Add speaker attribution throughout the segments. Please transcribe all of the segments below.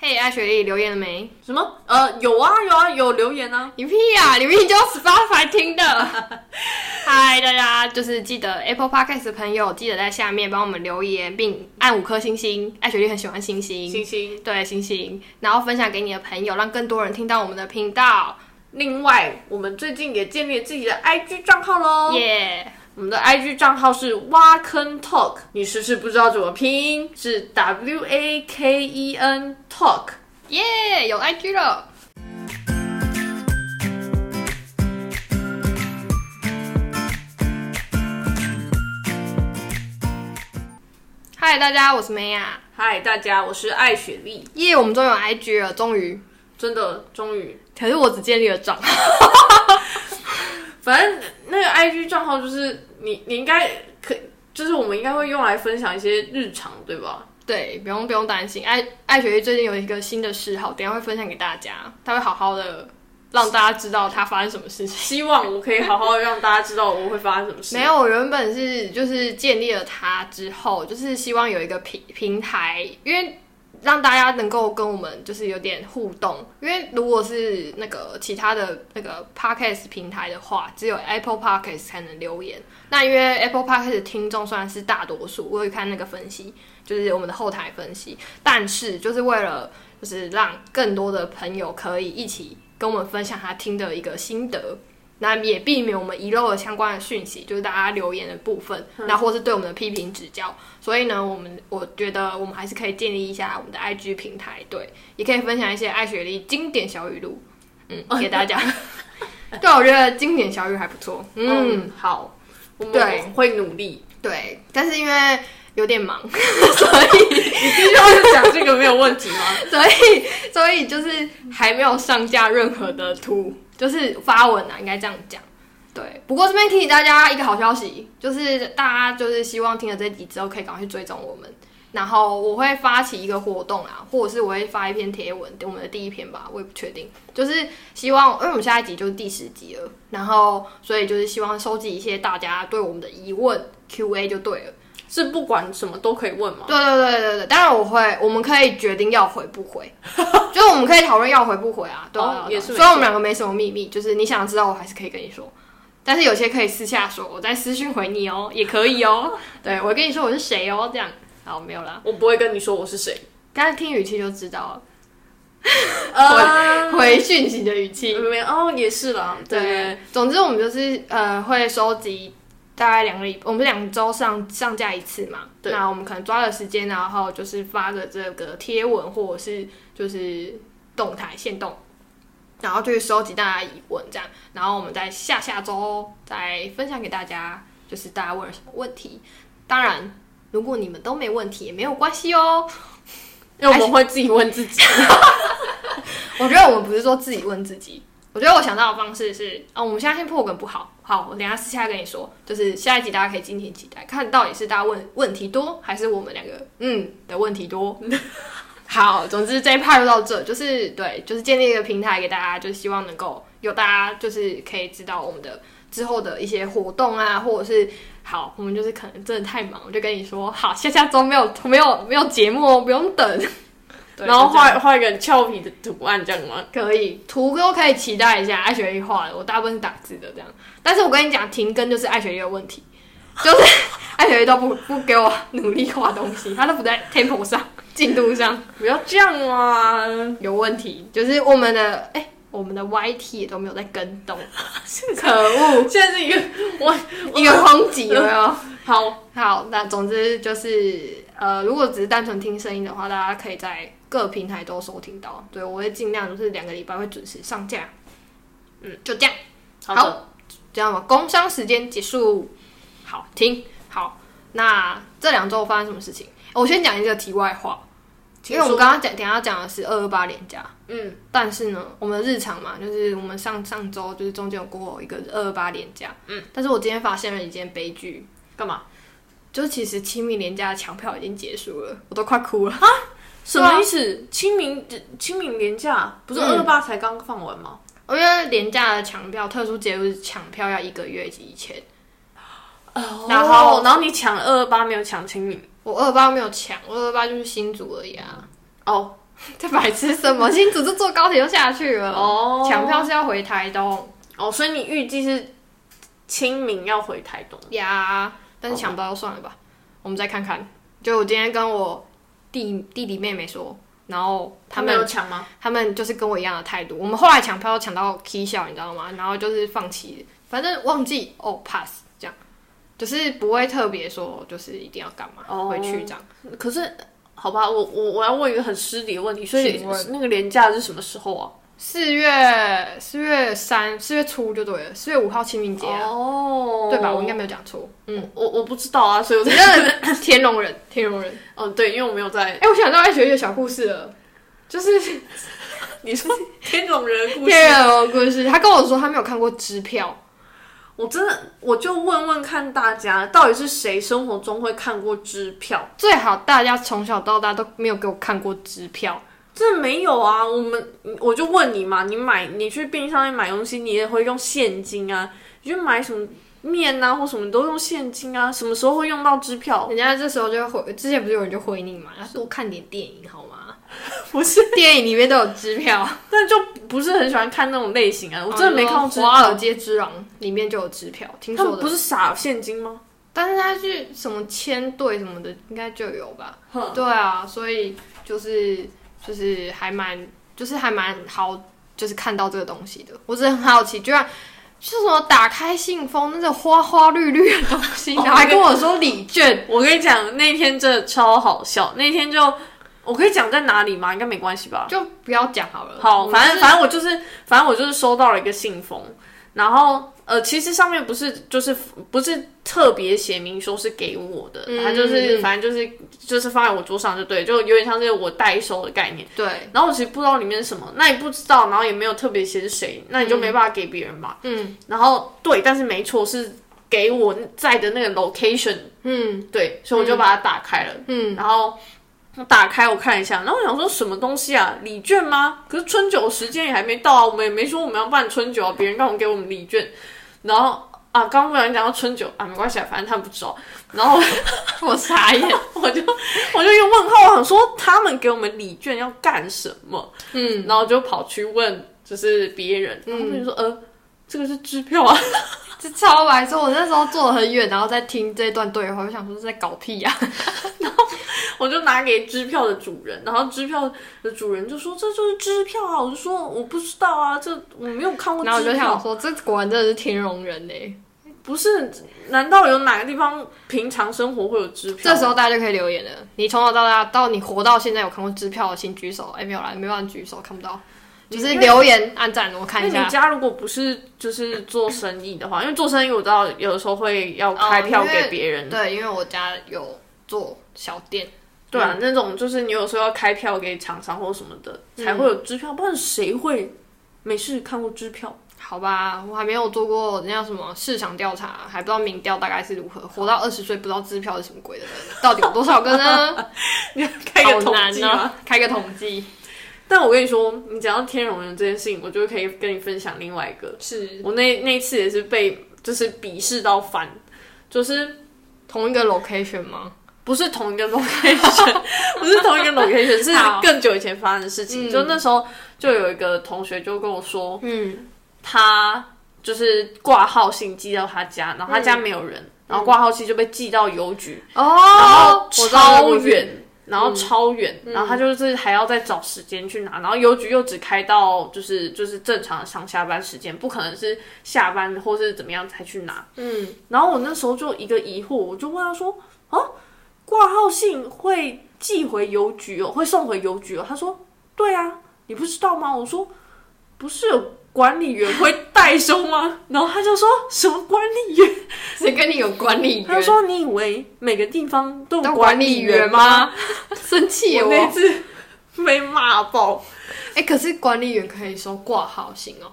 Speaker 1: 哎、艾雪莉留言了没？
Speaker 2: 什么？呃，有啊有啊有留言啊，
Speaker 1: 你屁呀、啊！你明明就 Spotify 听的。嗨，大家就是记得 Apple Podcast 的朋友，记得在下面帮我们留言，并按五颗星星。艾雪莉很喜欢星星，
Speaker 2: 星星。
Speaker 1: 对星星，然后分享给你的朋友，让更多人听到我们的频道。
Speaker 2: 另外，我们最近也建立了自己的 IG 账号喽。
Speaker 1: 耶、
Speaker 2: 我们的 IG 账号是挖坑 Talk，你是不是不知道怎么拼？是 W A K E N Talk。
Speaker 1: 耶有 IG 了。嗨，大家，我是梅雅。
Speaker 2: 嗨，大家，我是艾雪莉，
Speaker 1: 耶、我们终于有 IG 了，终于。
Speaker 2: 真的终于，
Speaker 1: 可是我只建立了账号，
Speaker 2: 反正那个 IG 账号就是你，你应该可，就是我们应该会用来分享一些日常，对吧？
Speaker 1: 对，不用不用担心。艾艾雪莉最近有一个新的嗜好，等一下会分享给大家，她会好好的让大家知道她发生什么事情。
Speaker 2: 希望我可以好好地让大家知道我会发生什么事。
Speaker 1: 没有，我原本是就是建立了它之后，就是希望有一个平平台，因为让大家能够跟我们就是有点互动。因为如果是那个其他的那个 podcast 平台的话，只有 Apple podcast 才能留言。那因为 Apple podcast 的听众虽然是大多数，我有看那个分析，就是我们的后台分析，但是就是为了就是让更多的朋友可以一起跟我们分享他听的一个心得。那也避免我们遗漏了相关的讯息，就是大家留言的部分，那或是对我们的批评指教。所以呢，我们我觉得我们还是可以建立一下我们的 IG 平台，对，也可以分享一些艾雪莉经典小语录，嗯，给大家。对，我觉得经典小语还不错，嗯，
Speaker 2: 嗯，好，我们
Speaker 1: 对
Speaker 2: 会努力。
Speaker 1: 对，但是因为有点忙，
Speaker 2: 你必须 要讲这个没有问题吗？
Speaker 1: 所以 所以就是还没有上架任何的图，就是发文啊，应该这样讲。对，不过这边提醒大家一个好消息，就是大家就是希望听了这集之后，可以赶快去追踪我们。然后我会发起一个活动啊，或者是我会发一篇贴文，我们的第一篇吧，我也不确定。就是希望，因为我们下一集就是第十集了，然后所以就是希望收集一些大家对我们的疑问 Q&A 就对了。
Speaker 2: 是不管什么都可以问吗？
Speaker 1: 对对对对对，当然我会，我们可以决定要回不 回，就是我们可以讨论要回不回啊。对啊
Speaker 2: 哦
Speaker 1: 对啊对
Speaker 2: 也
Speaker 1: 啊
Speaker 2: 是
Speaker 1: 虽
Speaker 2: 没
Speaker 1: 然我们两个没什么秘密，就是你想知道，我还是可以跟你说。但是有些可以私下说，我再私讯回你哦，也可以 哦。对，我跟你说我是谁哦，这样。好，没有啦，
Speaker 2: 我不会跟你说我是谁。
Speaker 1: 刚才听语气就知道了，
Speaker 2: 呃，
Speaker 1: 回讯息的语气。
Speaker 2: 没有哦，也是啦，对
Speaker 1: 对，总之我们就是呃会收集大概两个礼，我们两周上上架一次嘛。
Speaker 2: 对
Speaker 1: 那我们可能抓了时间，然后就是发个这个贴文或者是就是动态限动，然后去收集大家疑问这样，然后我们在下下周再分享给大家，就是大家问了什么问题。当然，如果你们都没问题也没有关系哦。
Speaker 2: 因为我们会自己问自己。
Speaker 1: 我觉得我们不是说自己问自己，我觉得我想到的方式是，啊、我们现在先破梗不好，好，我等一下私下跟你说，就是下一集大家可以敬请期待，看到底是大家问问题多，还是我们两个嗯的问题多。好，总之这一 part 就到这，就是对，就是建立一个平台给大家，就是希望能够有大家就是可以知道我们的之后的一些活动啊，或者是好，我们就是可能真的太忙，我就跟你说，好，下下周没有没有没有节目哦，不用等。对
Speaker 2: 然后
Speaker 1: 就这样
Speaker 2: 画画一个很俏皮的图案，这样吗？
Speaker 1: 可以，图都可以期待一下艾雪莉画的，我大部分是打字的这样。但是我跟你讲，停更就是艾雪莉的问题，就是艾雪莉都不不给我努力画东西，她都不在 tempo 上、进度上
Speaker 2: 不要这样啊嘛！
Speaker 1: 有问题，就是我们的哎、我们的 YT 也都没有在跟动，可恶，
Speaker 2: 现在是一个 我
Speaker 1: 一个空集有没 有？
Speaker 2: 好，
Speaker 1: 好，那总之就是呃，如果只是单纯听声音的话，大家可以在各平台都收听到。对我会尽量就是两个礼拜会准时上架，嗯，就这样。
Speaker 2: 好
Speaker 1: 好
Speaker 2: 的
Speaker 1: 这样吧，工商时间结束，好停，好，那这两周发生什么事情？哦我先讲一个题外话，因
Speaker 2: 请
Speaker 1: 为我们
Speaker 2: 说
Speaker 1: 刚刚讲，等一下讲的是二二八连假，
Speaker 2: 嗯，
Speaker 1: 但是呢，我们的日常嘛，就是我们上上周就是中间有过一个二二八连假，嗯，但是我今天发现了一件悲剧，
Speaker 2: 干嘛？
Speaker 1: 就是其实清明连假的抢票已经结束了，我都快哭了，
Speaker 2: 什么意思？清明清明年假不是
Speaker 1: 嗯
Speaker 2: 二八才刚放完吗？
Speaker 1: 因为连假的抢票，特殊节日抢票要一个月以前。
Speaker 2: 然后然后你抢了二八没有抢清明
Speaker 1: 我二八没有抢，我二八就是新竹而已啊。
Speaker 2: 哦，
Speaker 1: 在白痴什么？新竹就坐高铁就下去了。
Speaker 2: 哦
Speaker 1: 抢票是要回台东
Speaker 2: 哦，所以你预计是清明要回台东？
Speaker 1: 呀，但是抢不到就算了吧，我们再看看。就我今天跟我弟弟弟妹妹说，然后哦他
Speaker 2: 他没
Speaker 1: 们
Speaker 2: 有抢吗？
Speaker 1: 他们就是跟我一样的态度。我们后来抢票抢到 K 笑，你知道吗？然后就是放弃，反正忘记哦 pass 这样，就是不会特别说就是一定要干嘛、
Speaker 2: 哦
Speaker 1: 回去这样。
Speaker 2: 可是好吧，我我我要问一个很失礼的问题，所以
Speaker 1: 请问
Speaker 2: 那个廉假是什么时候啊？
Speaker 1: 四月四月三四月初就对了，四月五号清明节啊，
Speaker 2: 哦
Speaker 1: 对吧？我应该没有讲错。 嗯，
Speaker 2: 我我不知道啊，所以我
Speaker 1: 你
Speaker 2: 在
Speaker 1: 真的是天龙人，天龙人。
Speaker 2: 哦对，因为我没有在
Speaker 1: 哎、我想到爱学一个小故事了，就是
Speaker 2: 你说天龙人的故事，
Speaker 1: 天龙故事。他跟我说他没有看过支票，
Speaker 2: 我真的我就问问看大家，到底是谁生活中会看过支票？
Speaker 1: 最好大家从小到大都没有给我看过支票。
Speaker 2: 这没有啊，我们我就问你嘛，你买你去便利商店买东西，你也会用现金啊，你去买什么面啊或什么，你都用现金啊，什么时候会用到支票？
Speaker 1: 人家这时候就回，之前不是有人就回你嘛，要多看点电影好吗？
Speaker 2: 不是，
Speaker 1: 电影里面都有支票，
Speaker 2: 但就不是很喜欢看那种类型啊，我真的没看过支
Speaker 1: 哦华尔
Speaker 2: 票。
Speaker 1: 街之狼里面就有支票，哎听
Speaker 2: 他
Speaker 1: 说
Speaker 2: 们
Speaker 1: 的。
Speaker 2: 不是撒现金吗？
Speaker 1: 但是他去什么签队什么的，应该就有吧？
Speaker 2: 哼，
Speaker 1: 对啊，所以就是就是还蛮就是还蛮好，就是看到这个东西的。我只是很好奇，居然是什么打开信封，那个花花绿绿的东西，
Speaker 2: 哦
Speaker 1: 然后还跟我说礼券，
Speaker 2: 我跟你讲，那天真的超好笑。那天就我可以讲在哪里吗？应该没关系吧。
Speaker 1: 就不要讲好了。嗯
Speaker 2: 好，反
Speaker 1: 我们是
Speaker 2: 正反正我就是，反正我就是收到了一个信封，然后呃，其实上面不是就是不是特别写明说是给我的，
Speaker 1: 嗯
Speaker 2: 它就是
Speaker 1: 嗯嗯
Speaker 2: 反正就是就是放在我桌上就对，就有点像是我代收的概念。
Speaker 1: 对。
Speaker 2: 然后我其实不知道里面是什么，那你不知道，然后也没有特别写是谁，那你就没办法给别人嘛。嗯。然后对，但是没错是给我在的那个 location，
Speaker 1: 嗯
Speaker 2: 对，所以我就把它打开了。嗯。然后我打开我看一下，然后我想说什么东西啊？礼券吗？可是春酒时间也还没到啊，我们也没说我们要办春酒啊，别人干嘛给我们礼券？然后啊，刚刚不小心讲到春酒啊，没关系啊，反正他们不知道。然后。
Speaker 1: 我傻眼，
Speaker 2: 我就 我就一个问号，我想说他们给我们礼券要干什么？嗯，然后就跑去问，就是别人，然后他们就说，呃，这个是支票啊，
Speaker 1: 这超白痴！我那时候坐得很远，然后在听这段对话，我想说是在搞屁啊呀、
Speaker 2: 我就拿给支票的主人，然后支票的主人就说这就是支票啊，我就说我不知道啊，这我没有看过
Speaker 1: 然后我
Speaker 2: 支
Speaker 1: 就想
Speaker 2: 票，
Speaker 1: 说，这果然真的是天龙人呢、
Speaker 2: 不是？难道有哪个地方平常生活会有支票？
Speaker 1: 这时候大家就可以留言了。你从小到大到你活到现在有看过支票的，请举手。哎、没有啦，没办法举手，看不到。就是留言、按赞，我看一
Speaker 2: 因为
Speaker 1: 下
Speaker 2: 你。家如果不是就是做生意的话，因为做生意我知道有的时候会要开
Speaker 1: 哦
Speaker 2: 票
Speaker 1: 因为
Speaker 2: 给别人，
Speaker 1: 对，因为我家有做小店，嗯
Speaker 2: 对啊，那种就是你有时候要开票给厂商或什么的，
Speaker 1: 嗯
Speaker 2: 才会有支票，不然谁会没事看过支票？
Speaker 1: 好吧，我还没有做过那叫什么市场调查，还不知道民调大概是如何。活到二十岁，不知道支票是什么鬼的人，到底有多少个呢？
Speaker 2: 你要 开个
Speaker 1: 好
Speaker 2: 统
Speaker 1: 难
Speaker 2: 计吗？
Speaker 1: 啊，开个统计
Speaker 2: 但我跟你说，你讲到天龙人这件事情，我就可以跟你分享另外一个。
Speaker 1: 是
Speaker 2: 我那那一次也是被就是鄙视到烦，就是
Speaker 1: 同一个 location 吗？
Speaker 2: 不是同一个 location，不是同一个 location，是
Speaker 1: 好
Speaker 2: 更久以前发生的事情。
Speaker 1: 嗯
Speaker 2: 就那时候就有一个同学就跟我说，
Speaker 1: 嗯，
Speaker 2: 他就是挂号信寄到他家，然后他家
Speaker 1: 嗯
Speaker 2: 没有人，然后挂号信就被寄到邮局，然后
Speaker 1: 哦，我知道
Speaker 2: 超远，嗯然后超远，然后他就是还要再找时间去拿，然后邮局又只开到就是就是正常的上下班时间，不可能是下班或是怎么样才去拿。
Speaker 1: 嗯，
Speaker 2: 然后我那时候就一个疑惑，我就问他说：“啊，挂号信会寄回邮局哦，会送回邮局哦？”他说：“对啊，你不知道吗？”我说：“不是有管理员会代收吗？” 然后他就说什么管理员？
Speaker 1: 谁跟你有管理
Speaker 2: 他就
Speaker 1: 员？
Speaker 2: 说：“你以为每个地方都有
Speaker 1: 当
Speaker 2: 管
Speaker 1: 管
Speaker 2: 理
Speaker 1: 理
Speaker 2: 员
Speaker 1: 员
Speaker 2: 吗
Speaker 1: 吗？ 生？”气耶
Speaker 2: 我
Speaker 1: 我！
Speaker 2: 那
Speaker 1: 哎、
Speaker 2: 次 被骂爆。
Speaker 1: 可是管理员可以收挂号信哦。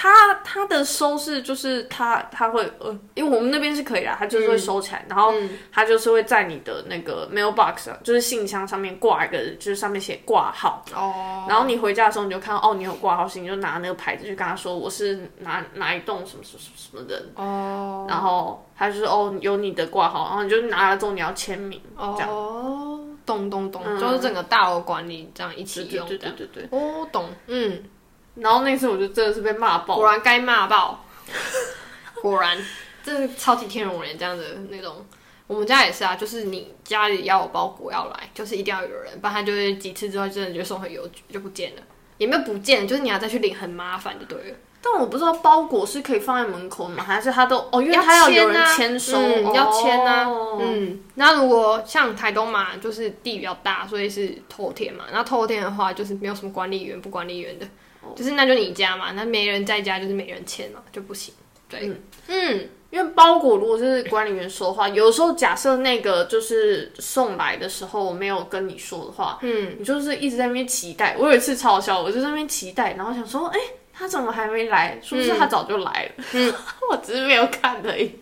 Speaker 2: 他他的收是就是他他会呃，因为我们那边是可以啦，他就是会收起来，然后他就是会在你的那个 mailbox 啊就是信箱上面挂一个，就是上面写挂号，
Speaker 1: 哦，
Speaker 2: 然后你回家的时候你就看到哦，你有挂号信，你就拿那个牌子去跟他说我是哪哪一栋什么什么什么的，
Speaker 1: 哦，
Speaker 2: 然后他就说哦有你的挂号，然后你就拿了之后你要签名，这样
Speaker 1: 哦，咚咚咚，就是整个大楼管理这样一起用。
Speaker 2: 对对对对对。
Speaker 1: 哦，懂，嗯，
Speaker 2: 然后那次我就真的是被骂爆
Speaker 1: 果，然该骂 爆，果然，这是超级天龙人这样的那种。我们家也是啊，就是你家里要有包裹要来，就是一定要有人，不然他就是几次之后真的就送回邮局就不见了，也没有不见，就是你要再去领，很麻烦，就对了。
Speaker 2: 但我不知道包裹是可以放在门口的吗？还是他都哦，因为他要有人签收，
Speaker 1: 嗯
Speaker 2: 哦
Speaker 1: 要签啊，嗯，那如果像台东嘛，就是地比较大，所以是透天嘛。那透天的话，就是没有什么管理员不管理员的，
Speaker 2: 哦
Speaker 1: 就是那就你家嘛，那没人在家就是没人签嘛，就不行。对，嗯，
Speaker 2: 因为包裹如果是管理员收的话，有时候假设那个就是送来的时候没有跟你说的话，嗯，你就是一直在那边期待。我有一次超好笑，我就在那边期待，然后想说，哎、他怎么还没来？是不是他
Speaker 1: 嗯
Speaker 2: 早就来了？ 我只是没有看而已。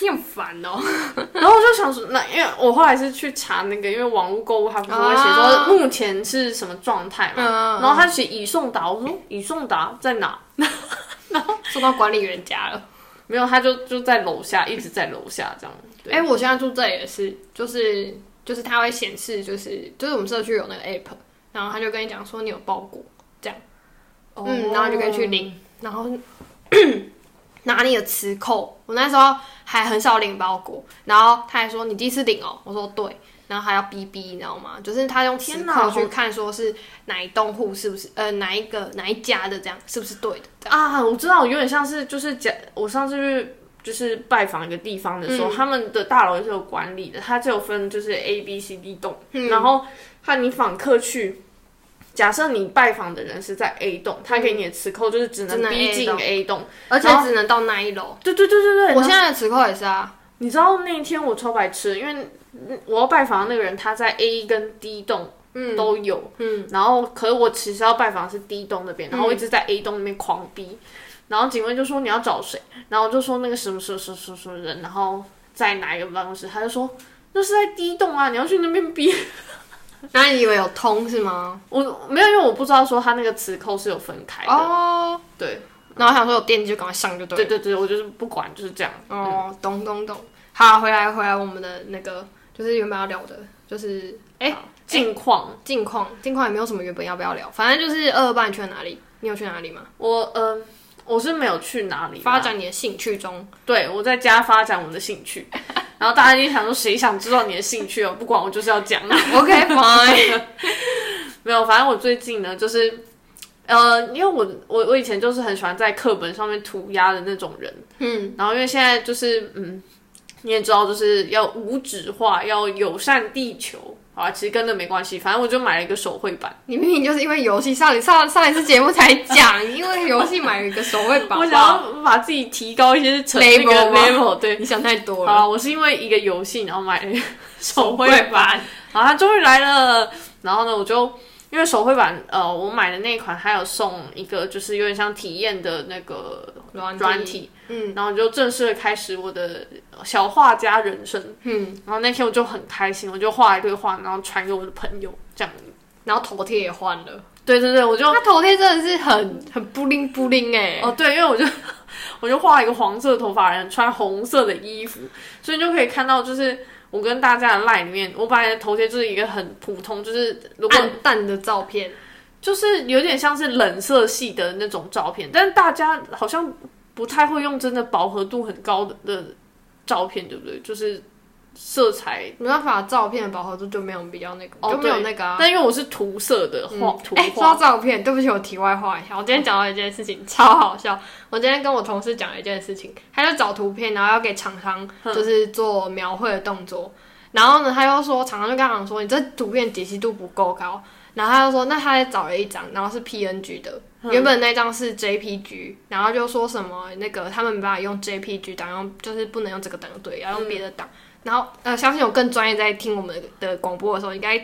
Speaker 1: 你很烦哦。
Speaker 2: 然后我就想说，那因为我后来是去查那个，因为网络购物它不是会写说
Speaker 1: 啊
Speaker 2: 目前是什么状态嘛，
Speaker 1: 嗯嗯嗯
Speaker 2: 然后他写已送达，我说已送达在哪？
Speaker 1: 送到管理员家了。
Speaker 2: 没有，他就就在楼下，一直在楼下这样。对
Speaker 1: 哎、我现在住这里也是，就是就是它会显示，就是就是我们社区有那个 app，然后他就跟你讲说你有包裹，嗯，然后就可以去领，
Speaker 2: 哦
Speaker 1: 然后 拿你的磁扣。我那时候还很少领包裹，然后他还说你第一次领哦，我说对，然后还要逼逼，你知道吗？就是他用磁
Speaker 2: 天哪
Speaker 1: 扣去看说是哪一栋户是不是呃哪一个哪一家的这样是不是对的这样。
Speaker 2: 啊，我知道，有点像是就是讲，我上次去就是拜访一个地方的时候，
Speaker 1: 嗯
Speaker 2: 他们的大楼也是有管理的，它就有分就是 A、B、C、D 栋，
Speaker 1: 嗯
Speaker 2: 然后怕你访客去。假设你拜访的人是在 A 栋，他给你的磁扣就是只
Speaker 1: 只
Speaker 2: 能
Speaker 1: 能
Speaker 2: 逼
Speaker 1: A
Speaker 2: 近
Speaker 1: 栋
Speaker 2: A 栋。
Speaker 1: 而且
Speaker 2: 然后
Speaker 1: 只能到那一楼。
Speaker 2: 对对对对对，
Speaker 1: 我现在的磁扣也是啊，
Speaker 2: 你知道那一天我超白痴，因为我要拜访的那个人，他在 A 跟 D 栋都有，嗯，然后可是我其实要拜访的是 D 栋那边，然后我一直在 A 栋那边狂逼，然后警卫就说你要找谁，然后我就说那个什么什么什么什么什么人，然后在哪一个办公室，他就说那是在 D 栋啊，你要去那边逼，
Speaker 1: 那你以为有通是吗？
Speaker 2: 我没有，因为我不知道说他那个磁扣是有分开的，
Speaker 1: 哦，
Speaker 2: 对
Speaker 1: 然后想说有电就赶快上就对了。
Speaker 2: 对对对，我就是不管就是这样，嗯
Speaker 1: 哦，懂懂懂。好，回来回来，我们的那个就是原本要聊的，就是哎
Speaker 2: 近况。
Speaker 1: 近况，近况也没有什么原本要不要聊，反正就是二二八你去了哪里？你有去哪里吗？
Speaker 2: 我嗯、我是没有去哪里啦
Speaker 1: 发展你的兴趣中，
Speaker 2: 对，我在家发展我的兴趣。 然后大家就想说，谁想知道你的兴趣哦？不管我就是要讲。
Speaker 1: OK fine，
Speaker 2: 没有，反正我最近呢，就是呃，因为我我我以前就是很喜欢在课本上面涂鸦的那种人，嗯，然后因为现在就是嗯，你也知道，就是要无纸化，要友善地球。啊，其实跟那没关系，反正我就买了一个手绘板。
Speaker 1: 你明明就是因为游戏上上上一次节目才讲，因为游戏买了一个手绘板，
Speaker 2: 我想要把自己提高一些成那个
Speaker 1: Level 吗
Speaker 2: level，对，
Speaker 1: 你想太多
Speaker 2: 好
Speaker 1: 了，
Speaker 2: 啦我是因为一个游戏，然后买了一个手绘
Speaker 1: 绘
Speaker 2: 板。
Speaker 1: 板，
Speaker 2: 好，他终于来了。然后呢，我就因为手绘板，呃，我买的那一款还有送一个，就是有点像体验的那个
Speaker 1: 软
Speaker 2: 软
Speaker 1: 体
Speaker 2: 体，嗯，然后我就正式地开始我的小画家人生，嗯，然后那天我就很开心，我就画一堆画，然后传给我的朋友，这样。
Speaker 1: 然后头贴也换了，
Speaker 2: 对对对，我就
Speaker 1: 他头贴真的是很很布灵布灵哎，
Speaker 2: 哦对，因为我就 我就画一个黄色头发人，穿红色的衣服，所以你就可以看到，就是我跟大家的 line 里面，我本来的头贴就是一个很普通，就是如果
Speaker 1: 暗淡的照片，
Speaker 2: 就是有点像是冷色系的那种照片，但是大家好像不太会用真的饱和度很高的的照片，对不对？就是色彩，
Speaker 1: 没办法，照片的饱和度就没有比较那个，
Speaker 2: 哦
Speaker 1: 就没有
Speaker 2: 对
Speaker 1: 那个啊。
Speaker 2: 但因为我是涂色的画、嗯图
Speaker 1: 哎，说
Speaker 2: 画，
Speaker 1: 到照片，对不起，我题外话一下。我今天讲到一件事情超好笑。我今天跟我同事讲了一件事情，他就找图片，然后要给厂商就是做描绘的动作。然后呢，他又说厂商就跟他讲说，你这图片解析度不够高。然后他就说，那他也找了一张，然后是 PNG 的，原本那张是 JPG，然后就说什么那个他们没办法用 JPG 档，用就是不能用这个档对，要用别的档。然后呃，相信有更专业在听我们的广播的时候，应该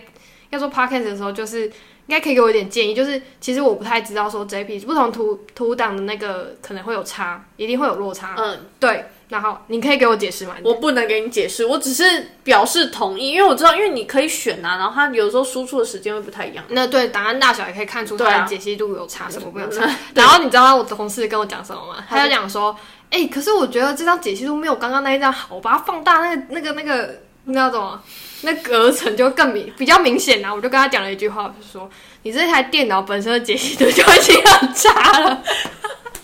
Speaker 1: 要做 podcast 的时候，就是应该可以给我一点建议，就是其实我不太知道说 JPG 不同图图档的那个可能会有差，一定会有落差。
Speaker 2: 嗯，
Speaker 1: 对，然后啊你可以给我解释吗？
Speaker 2: 我不能给你解释，我只是表示同意，因为我知道，因为你可以选啊，然后它有时候输出的时间会不太一样。
Speaker 1: 那对档案大小也可以看出
Speaker 2: 对啊嗯
Speaker 1: 它的解析度有差什么没有差。然后你知道我同事跟我讲什么吗？
Speaker 2: 他说
Speaker 1: 他就讲说，哎、可是我觉得这张解析度没有刚刚那一张好，我把它放大那个那个那个你知道怎么？那隔层就更明比较明显啦、我就跟他讲了一句话，我就说你这台电脑本身的解析度就已经很差了，,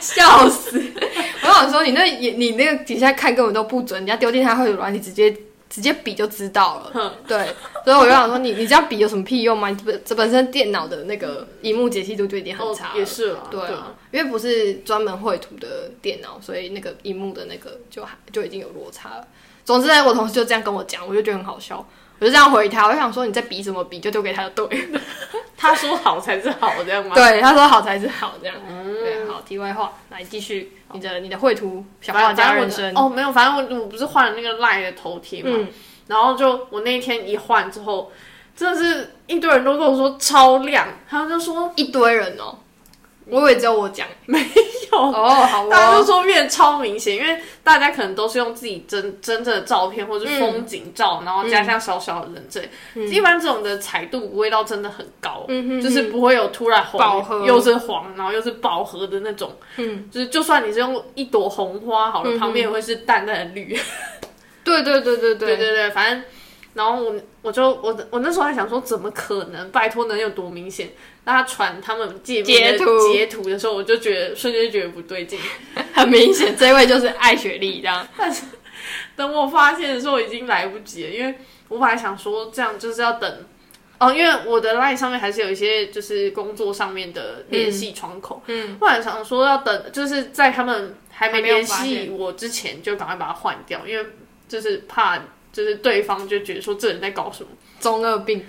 Speaker 1: 笑死！我想说你那眼你那个底下看根本都不准，人家丢进它会软，你直接直接比就知道了。
Speaker 2: 哼，
Speaker 1: 对，所以我就想说你你这样比有什么屁用吗？你本这本身电脑的那个荧幕解析度就已经很
Speaker 2: 哦
Speaker 1: 差，了。
Speaker 2: 也是啦，
Speaker 1: 对
Speaker 2: 对
Speaker 1: 啊，因为不是专门绘图的电脑，所以那个荧幕的那个就还就已经有落差了。总之呢，我同事就这样跟我讲，我就觉得很好笑，我就这样回他，我就想说你在比什么比，就丢给他就对了。
Speaker 2: 他说好才是好，这样吗？
Speaker 1: 对，他说好才是好，这样。
Speaker 2: 嗯
Speaker 1: 对，好，题外话，来继续你的你的绘图小画
Speaker 2: 反正
Speaker 1: 家
Speaker 2: 我
Speaker 1: 人
Speaker 2: 的
Speaker 1: 生。
Speaker 2: 哦，没有，反正我我不是换了那个赖的头贴嘛，
Speaker 1: 嗯，
Speaker 2: 然后就我那一天一换之后，真的是一堆人都跟我说超亮，他们就说
Speaker 1: 一堆人哦，我以为只有我讲。
Speaker 2: 有
Speaker 1: 哦，好
Speaker 2: 大家
Speaker 1: 哦，
Speaker 2: 都说变得超明显，因为大家可能都是用自己真真正的照片或者
Speaker 1: 嗯
Speaker 2: 是风景照，然后加上小小的人证，一般这种的彩度不会到真的很高，
Speaker 1: 嗯哼
Speaker 2: 就是不会有突然
Speaker 1: 饱
Speaker 2: 红
Speaker 1: 和
Speaker 2: 又是黄，然后又是饱和的那种，嗯，就是就算你是用一朵红花好了，
Speaker 1: 嗯
Speaker 2: 旁边也会是淡淡的绿，
Speaker 1: 对对对对
Speaker 2: 对
Speaker 1: 对，
Speaker 2: 对对，反正。然后我我就我我那时候还想说，怎么可能？拜托能有多明显？那他传他们界面的
Speaker 1: 截图
Speaker 2: 截图的时候，我就觉得瞬间就觉得不对劲。
Speaker 1: 很明显，这位就是爱雪莉这样。
Speaker 2: 等我发现的时候已经来不及了，因为我本来想说这样就是要等。哦，因为我的 line 上面还是有一些就是工作上面的联系窗口，嗯，后来想说要等，就是在他们还没
Speaker 1: 还没有
Speaker 2: 联
Speaker 1: 发
Speaker 2: 系我之前，就赶快把它换掉，因为就是怕就是对方就觉得说这人在搞什么，
Speaker 1: 中二病，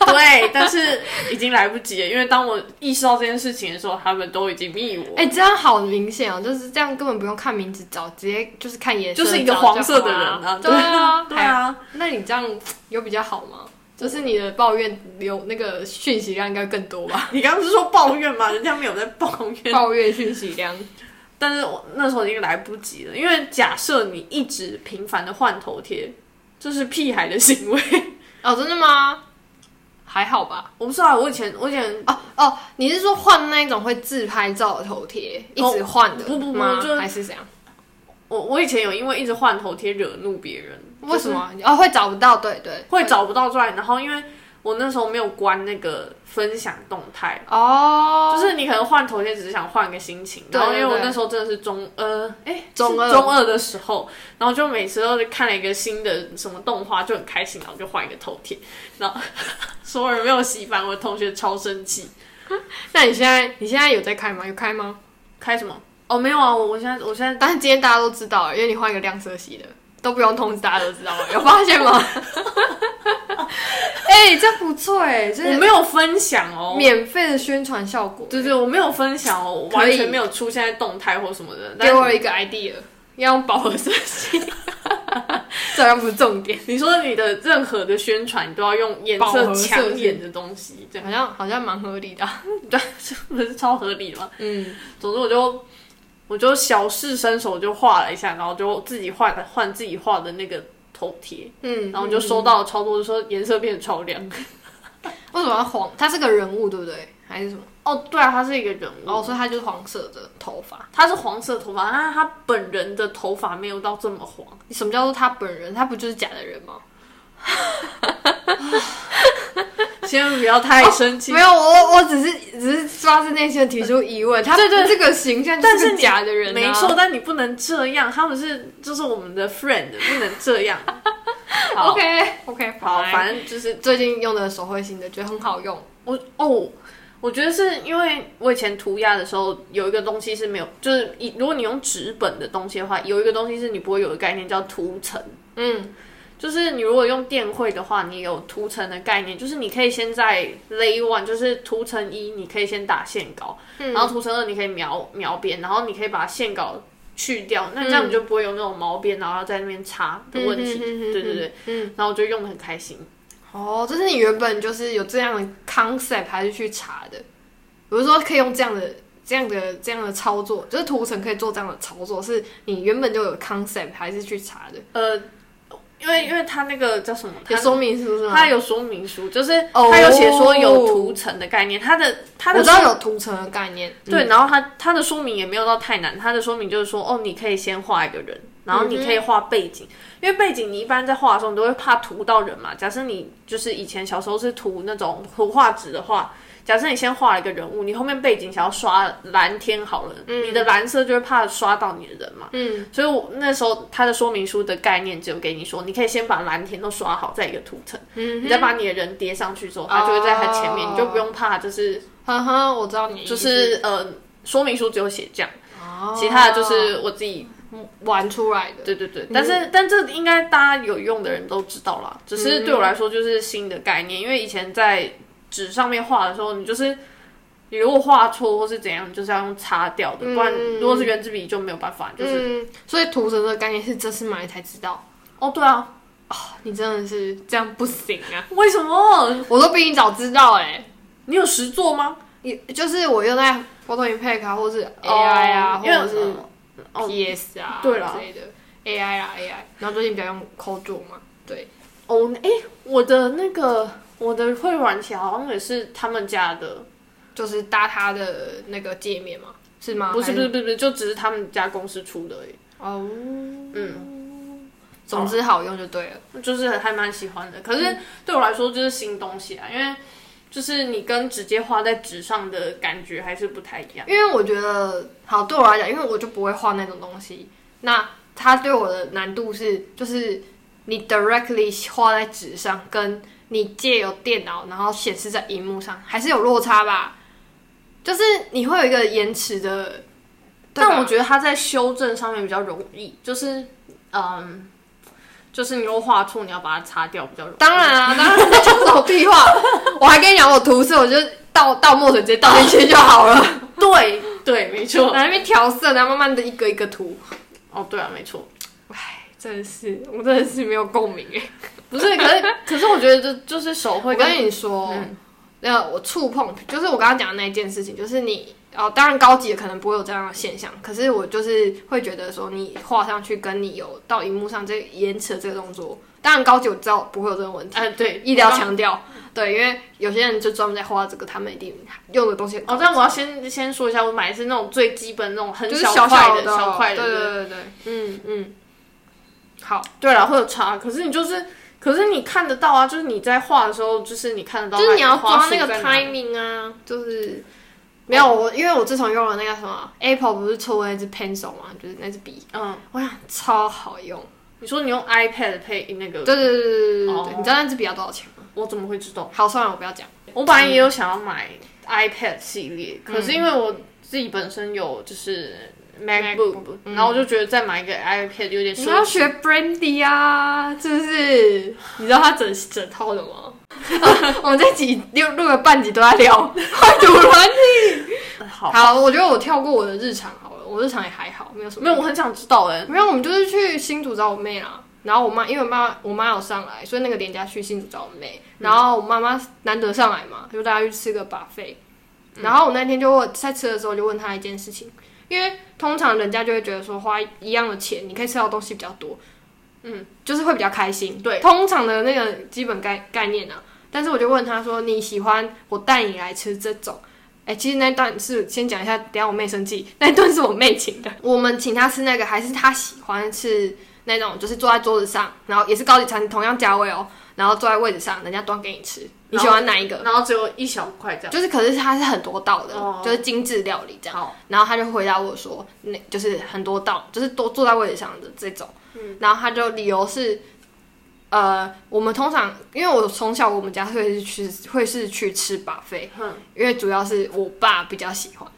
Speaker 2: 对，但是已经来不及了，因为当我意识到这件事情的时候，他们都已经密我，
Speaker 1: 哎、这样好明显哦，就是这样根本不用看名字找，直接就是看颜色，
Speaker 2: 就是一个黄色的人啊，
Speaker 1: 对啊，
Speaker 2: 对啊，
Speaker 1: 还。那你这样有比较好吗？就是你的抱怨有那个讯息量应该更多 吧？
Speaker 2: 你刚刚是说抱怨吗？人家没有在抱怨，
Speaker 1: 抱怨讯息量，
Speaker 2: 但是我那时候已经来不及了，因为假设你一直频繁的换头贴，这是屁孩的行 为。
Speaker 1: 哦，真的吗？还好吧。
Speaker 2: 我不知道，我以前我以前
Speaker 1: 哦哦，你是说换那一种会自拍照的头贴，一直换的
Speaker 2: 哦不不不
Speaker 1: 吗
Speaker 2: 就是
Speaker 1: 还是怎样？
Speaker 2: 我我以前有因为一直换头贴惹怒别人，
Speaker 1: 为什么？哦，会找不到，对对，
Speaker 2: 会找不到钻？然后因为我那时候没有关那个分享动态。
Speaker 1: 哦，
Speaker 2: 就是你可能换头贴，只是想换个心情。
Speaker 1: 对
Speaker 2: 然后因为我
Speaker 1: 对
Speaker 2: 那时候真的是中呃，哎、是
Speaker 1: 中二
Speaker 2: 中二的时候，然后就每次都看了一个新的什么动画，就很开心，然后就换一个头贴。然后 所有人没有洗版，我的同学超生气。
Speaker 1: 那你现在你现在有在开吗？有开吗？
Speaker 2: 开什么？哦，没有啊，我我现在我现在
Speaker 1: 但是今天大家都知道了，因为你换一个亮色系的，都不用通知大家都知道了，有发现吗？ 哎、这不错哎、就
Speaker 2: 我
Speaker 1: 是
Speaker 2: 没有分享哦，
Speaker 1: 免费的宣传效果，
Speaker 2: 对对，我没有分享哦，我
Speaker 1: 可
Speaker 2: 完
Speaker 1: 以
Speaker 2: 全没有出现在动态或什么的。但
Speaker 1: 给我了一个 idea，要用饱和色系，这好像不是重点，
Speaker 2: 你说你的任何的宣传，你都要用颜
Speaker 1: 饱
Speaker 2: 色
Speaker 1: 和色
Speaker 2: 抢
Speaker 1: 系
Speaker 2: 眼的东西，这样
Speaker 1: 好像好像蛮合理的啊、
Speaker 2: 对，这不是超合理的吗？
Speaker 1: 嗯，
Speaker 2: 总之我就我就小试身手就画了一下，然后就自己画换自己画的那个头贴，
Speaker 1: 嗯
Speaker 2: 然后就收到了超多，就说颜色变得超亮。
Speaker 1: 为什么要黄？它是个人物对不对？还是什么？
Speaker 2: 哦，对啊，他是一个人物，
Speaker 1: 哦，所以它就是黄色的头发。
Speaker 2: 他是黄色头发，啊但是他本人的头发没有到这么黄。
Speaker 1: 你什么叫做他本人？他不就是假的人吗？
Speaker 2: 先不要太生气。
Speaker 1: 没有，我我只是只是发自内心的提出疑问，他
Speaker 2: 对对
Speaker 1: 这个形象就
Speaker 2: 但
Speaker 1: 是
Speaker 2: 是
Speaker 1: 个
Speaker 2: 你
Speaker 1: 假的人、啊，
Speaker 2: 没错，但你不能这样，他们是就是我们的 friend，不能这样。好
Speaker 1: OK OK，
Speaker 2: 好，反
Speaker 1: 正
Speaker 2: 正就是
Speaker 1: 最近用的手绘型的觉得很好用，
Speaker 2: 我哦，我觉得是因为我以前涂鸦的时候有一个东西是没有，就是一如果你用纸本的东西的话，有一个东西是你不会有的概念叫涂层。
Speaker 1: 嗯，
Speaker 2: 就是你如果用电绘的话，你有涂层的概念，就是你可以先在 lay one，就是涂层一，你可以先打线稿，
Speaker 1: 嗯
Speaker 2: 然后涂层二你可以描描边，然后你可以把线稿去掉，那这样你就不会有那种毛边，然后要在那边擦的问题。
Speaker 1: 嗯嗯嗯嗯嗯
Speaker 2: 对对对，然后我就用的很开心。
Speaker 1: 哦，这是你原本就是有这样的 concept 还是去查的？比如说可以用这样的、这样的、这样的操作，就是图层可以做这样的操作，是你原本就有 concept 还是去查的？
Speaker 2: 呃，因为因为它那个叫什么，
Speaker 1: 有
Speaker 2: 它
Speaker 1: 说明书是吗？啊
Speaker 2: 它有说明书，就是
Speaker 1: 哦
Speaker 2: 它有写说有涂层的概念，它的它的
Speaker 1: 我知道嗯有图层的概念，
Speaker 2: 对，然后它它的说明也没有到太难，它的说明就是说，哦，你可以先画一个人，然后你可以画背景，因为背景你一般在画的时候，你都会怕涂到人嘛。假设你就是以前小时候是涂那种图画纸的话，假设你先画了一个人物，你后面背景想要刷蓝天好了，
Speaker 1: 嗯
Speaker 2: 你的蓝色就会怕刷到你的人嘛。嗯，所以我那时候它的说明书的概念只有给你说，你可以先把蓝天都刷好，在一个图层，嗯、你再把你的人叠上去之后，它就会在它前面，
Speaker 1: 哦
Speaker 2: 你就不用怕，就是
Speaker 1: 呵呵，我知道你哦就
Speaker 2: 就是呃，说明书只有写这样，其他的就是我自己
Speaker 1: 玩出来的，
Speaker 2: 对对对，但
Speaker 1: 嗯
Speaker 2: 是、但这应该大家有用的人都知道啦。只
Speaker 1: 嗯
Speaker 2: 是对我来说就是新的概念，因为以前在纸上面画的时候，你就是你如果画错或是怎样，你就是要用擦掉的，不然
Speaker 1: 嗯
Speaker 2: 如果是圆珠笔就没有办法。就是、
Speaker 1: 嗯，所以涂层的概念是这次买才知道，
Speaker 2: 哦，对啊，
Speaker 1: 你真的是这样不行啊！
Speaker 2: 为什么
Speaker 1: 我都比你早知道哎、
Speaker 2: 你有实作吗？
Speaker 1: 也就是我用在 Photo Impact 啊，或是 AI 啊，
Speaker 2: 哦
Speaker 1: 或
Speaker 2: 因为
Speaker 1: 者是
Speaker 2: 哦
Speaker 1: PS 啊，
Speaker 2: 对啦
Speaker 1: 之类的 AI 啦 AI，然后最近比较用 Code 嘛，对，
Speaker 2: 哦，哎、我的那个我的会软体好像也是他们家的，
Speaker 1: 就是搭它的那个界面嘛，是吗？
Speaker 2: 不是
Speaker 1: 还
Speaker 2: 不是不是不是，就只是他们家公司出的而已。
Speaker 1: 哦，嗯，总之好用就对嗯了，
Speaker 2: 就是还蛮喜欢的。可是对我来说就是新东西啊，因为就是你跟直接画在纸上的感觉还是不太一样。
Speaker 1: 因为我觉得好对我来讲，因为我就不会画那种东西，那它对我的难度是就是你 directly 画在纸上，跟你借由电脑然后显示在荧幕上，还是有落差吧，就是你会有一个延迟的，对吧
Speaker 2: 但我觉得它在修正上面比较容易，就是嗯，就是你如果画错，你要把它擦掉比较容易。
Speaker 1: 当然啊，当然那就是我屁话。我还跟你讲，我涂色我就倒 倒墨水直接倒进去就好了，
Speaker 2: 对对，没
Speaker 1: 然后
Speaker 2: 错。
Speaker 1: 在那边调色，然后慢慢的一个一个涂。
Speaker 2: 哦，对啊，没错。
Speaker 1: 唉，真的是，我真的是没有共鸣哎。
Speaker 2: 不是，可是可是我觉得就就是手
Speaker 1: 我
Speaker 2: 绘
Speaker 1: 跟嗯你说，哦那我触碰就是我刚刚讲的那一件事情，就是你哦，当然高级的可能不会有这样的现象，可是我就是会觉得说，你画上去跟你有到荧幕上这个延迟的这个动作，当然高级我知道不会有这个问题。
Speaker 2: 哎、对，
Speaker 1: 一定要强调，对，因为有些人就专门在画这个，他们一定用的东西很
Speaker 2: 哦，但我要先先说一下，我买的是那种最基本那种很
Speaker 1: 就是
Speaker 2: 块
Speaker 1: 小
Speaker 2: 的
Speaker 1: 的，
Speaker 2: 小块的，
Speaker 1: 对对对对，嗯嗯，好，
Speaker 2: 对了，会有差，可是你就是，可是你看得到啊，就是你在画的时候，就是你看得到
Speaker 1: 就
Speaker 2: 它
Speaker 1: 是
Speaker 2: 的
Speaker 1: 你要
Speaker 2: 花
Speaker 1: 抓
Speaker 2: 束在
Speaker 1: 那
Speaker 2: 哪里，
Speaker 1: 个 timing 啊，就是没有我，因为我自从用了那个什么 Apple 不是出了那支 pencil 嘛，就是那支笔，
Speaker 2: 嗯，
Speaker 1: 我想超好用，
Speaker 2: 你说你用 iPad 配那个，
Speaker 1: 对对对对对
Speaker 2: 哦
Speaker 1: 对，你知道那支笔要多少钱吗？
Speaker 2: 我怎么会知道？
Speaker 1: 好，算了，我不要讲，
Speaker 2: 我
Speaker 1: 嗯
Speaker 2: 本来也有想要买 iPad 系列，可是因为我自己本身有就是 MacBook，、然后我就觉得再买一个 iPad 有点
Speaker 1: 嗯你
Speaker 2: 奢
Speaker 1: 要
Speaker 2: 侈。
Speaker 1: 学 Brandy 啊，是不是？你知道他整整套的吗？ 我们这集录录了半集都在 聊快读软
Speaker 2: 好，
Speaker 1: 好，我觉得我跳过我的日常好了，我日常也还好，没有什么。
Speaker 2: 没有，我很想知道哎、
Speaker 1: 没有，我们就是去新竹找我妹啦。然后我妈，因为我妈我妈有上来，所以那个连假去新竹找我妹。然后我妈妈难得上来嘛，就带她去吃个把费。然后我那天就问，在吃的时候就问她一件事情，因为通常人家就会觉得说花一样的钱，你可以吃到东西比较多，嗯，就是会比较开心。
Speaker 2: 对
Speaker 1: 通常的那个基本概概念啊。但是我就问她说，你喜欢我带你来吃这种？哎、其实那顿是先讲一下，等一下我妹生气，那顿是我妹请的。 我们请她吃那个，还是她喜欢吃那种，就是坐在桌子上，然后也是高级餐厅，同样价位哦，然后坐在位置上，人家端给你吃。你喜欢哪一个？
Speaker 2: 然后只有一小块这样。
Speaker 1: 就是，可是它是很多道的，
Speaker 2: 哦
Speaker 1: 就是精致料理这样。
Speaker 2: 好，
Speaker 1: 然后他就回答我说，那就是很多道，就是都坐在位置上的这种。
Speaker 2: 嗯
Speaker 1: 然后他就理由是，呃，我们通常因为我从小我们家会是去会是去吃把费，
Speaker 2: 嗯
Speaker 1: 因为主要是我爸比较喜欢。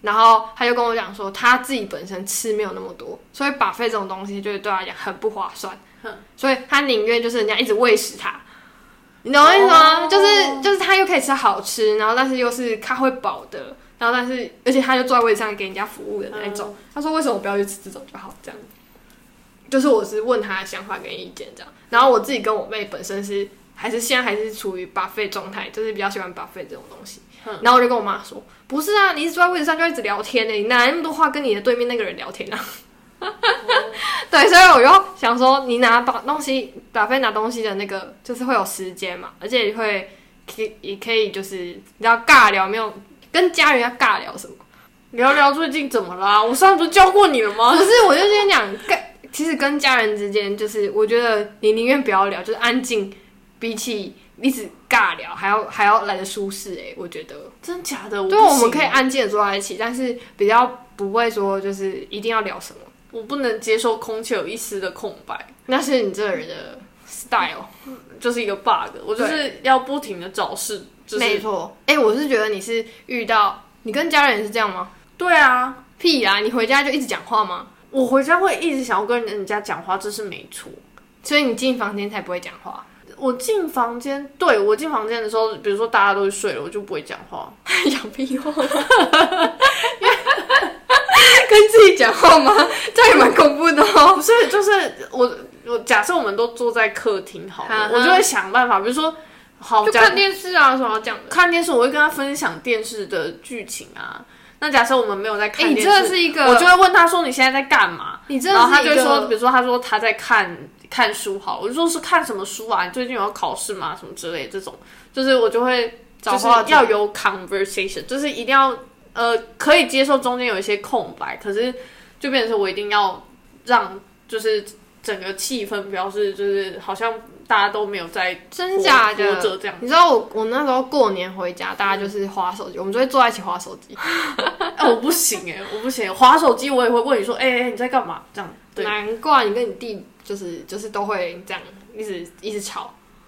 Speaker 1: 然后他就跟我讲说，他自己本身吃没有那么多，所以把费这种东西就是对他来讲很不划算，所以他宁愿就是人家一直喂食他，你懂我意思吗？
Speaker 2: 哦
Speaker 1: 就是就是他又可以吃好吃，然后但是又是他会饱的，然后但是而且他就坐在位置上给人家服务的那种。他说为什么不要去吃这种就好？这样，就是我是问他的想法跟意见这样。然后我自己跟我妹本身是还是现在还是处于 buffet 状态，就是比较喜欢 buffet 这种东西。然后我就跟我妈说，不是啊，你一直坐在位置上就一直聊天呢、你哪来那么多话跟你的对面那个人聊天啊？ 对，所以我就想说，你拿把东西，把费拿东西的那个，就是会有时间嘛，而且会可以也可以就是你知道尬聊，没有跟家人要尬聊什么。哦
Speaker 2: 聊聊最近怎么啦？我上次不是教过你了吗
Speaker 1: 不？是，我就先讲尬其实跟家人之间，就是我觉得你宁愿不要聊，就是安静，比起一直尬聊还要还要来的舒适哎、我觉得。
Speaker 2: 真假的？
Speaker 1: 对，啊
Speaker 2: 不
Speaker 1: 我们
Speaker 2: 行
Speaker 1: 可以安静的坐在一起，但是比较不会说就是一定要聊什么，
Speaker 2: 我不能接受空气有一丝的空白，
Speaker 1: 那是你这个人的 style。
Speaker 2: 就是一个 bug。我就是要不停的找事，就是
Speaker 1: 没错，哎、我是觉得你是遇到你跟家人也是这样吗？
Speaker 2: 对啊。
Speaker 1: 屁啦，你回家就一直讲话吗？
Speaker 2: 我回家会一直想要跟人家讲话，这是没错。
Speaker 1: 所以你进房间才不会讲话，
Speaker 2: 我进房间，对我进房间的时候，比如说大家都睡了，我就不会讲话。
Speaker 1: 讲屁话， 跟自己讲话吗？这样也蛮恐怖的哦。
Speaker 2: 不是，就是我我假设我们都坐在客厅好
Speaker 1: 哈
Speaker 2: 了，
Speaker 1: 哈
Speaker 2: 我就会想办法，比如说好
Speaker 1: 就
Speaker 2: 假
Speaker 1: 看电视啊，有什么好讲的？
Speaker 2: 看电视，我会跟他分享电视的剧情啊。那假设我们没有在
Speaker 1: 哎、
Speaker 2: 看
Speaker 1: 你
Speaker 2: 电
Speaker 1: 真
Speaker 2: 视，
Speaker 1: 的是一个，
Speaker 2: 我就会问他说你现在在干嘛？
Speaker 1: 你真
Speaker 2: 然后
Speaker 1: 的
Speaker 2: 他
Speaker 1: 是
Speaker 2: 就
Speaker 1: 一
Speaker 2: 会
Speaker 1: 个
Speaker 2: 说，比如说他说他在看看书好了，我就说是看什么书啊？你最近有要考试吗？什么之类的这种，就是我就会
Speaker 1: 找
Speaker 2: 就是
Speaker 1: 话题
Speaker 2: 要有 conversation，就是一定要呃可以接受中间有一些空白，可是就变成是我一定要让就是整个气氛不要是就是好像大家都没有在
Speaker 1: 真假的
Speaker 2: 活着这样。
Speaker 1: 你知道我我那时候过年回家，大家就是划手机，我们就会坐在一起划手机，
Speaker 2: 哎、我不行哎、我不行，划手机我也会问你说，哎、哎你在干嘛？这样对。
Speaker 1: 难怪你跟你弟就是就是都会这样一直一直吵，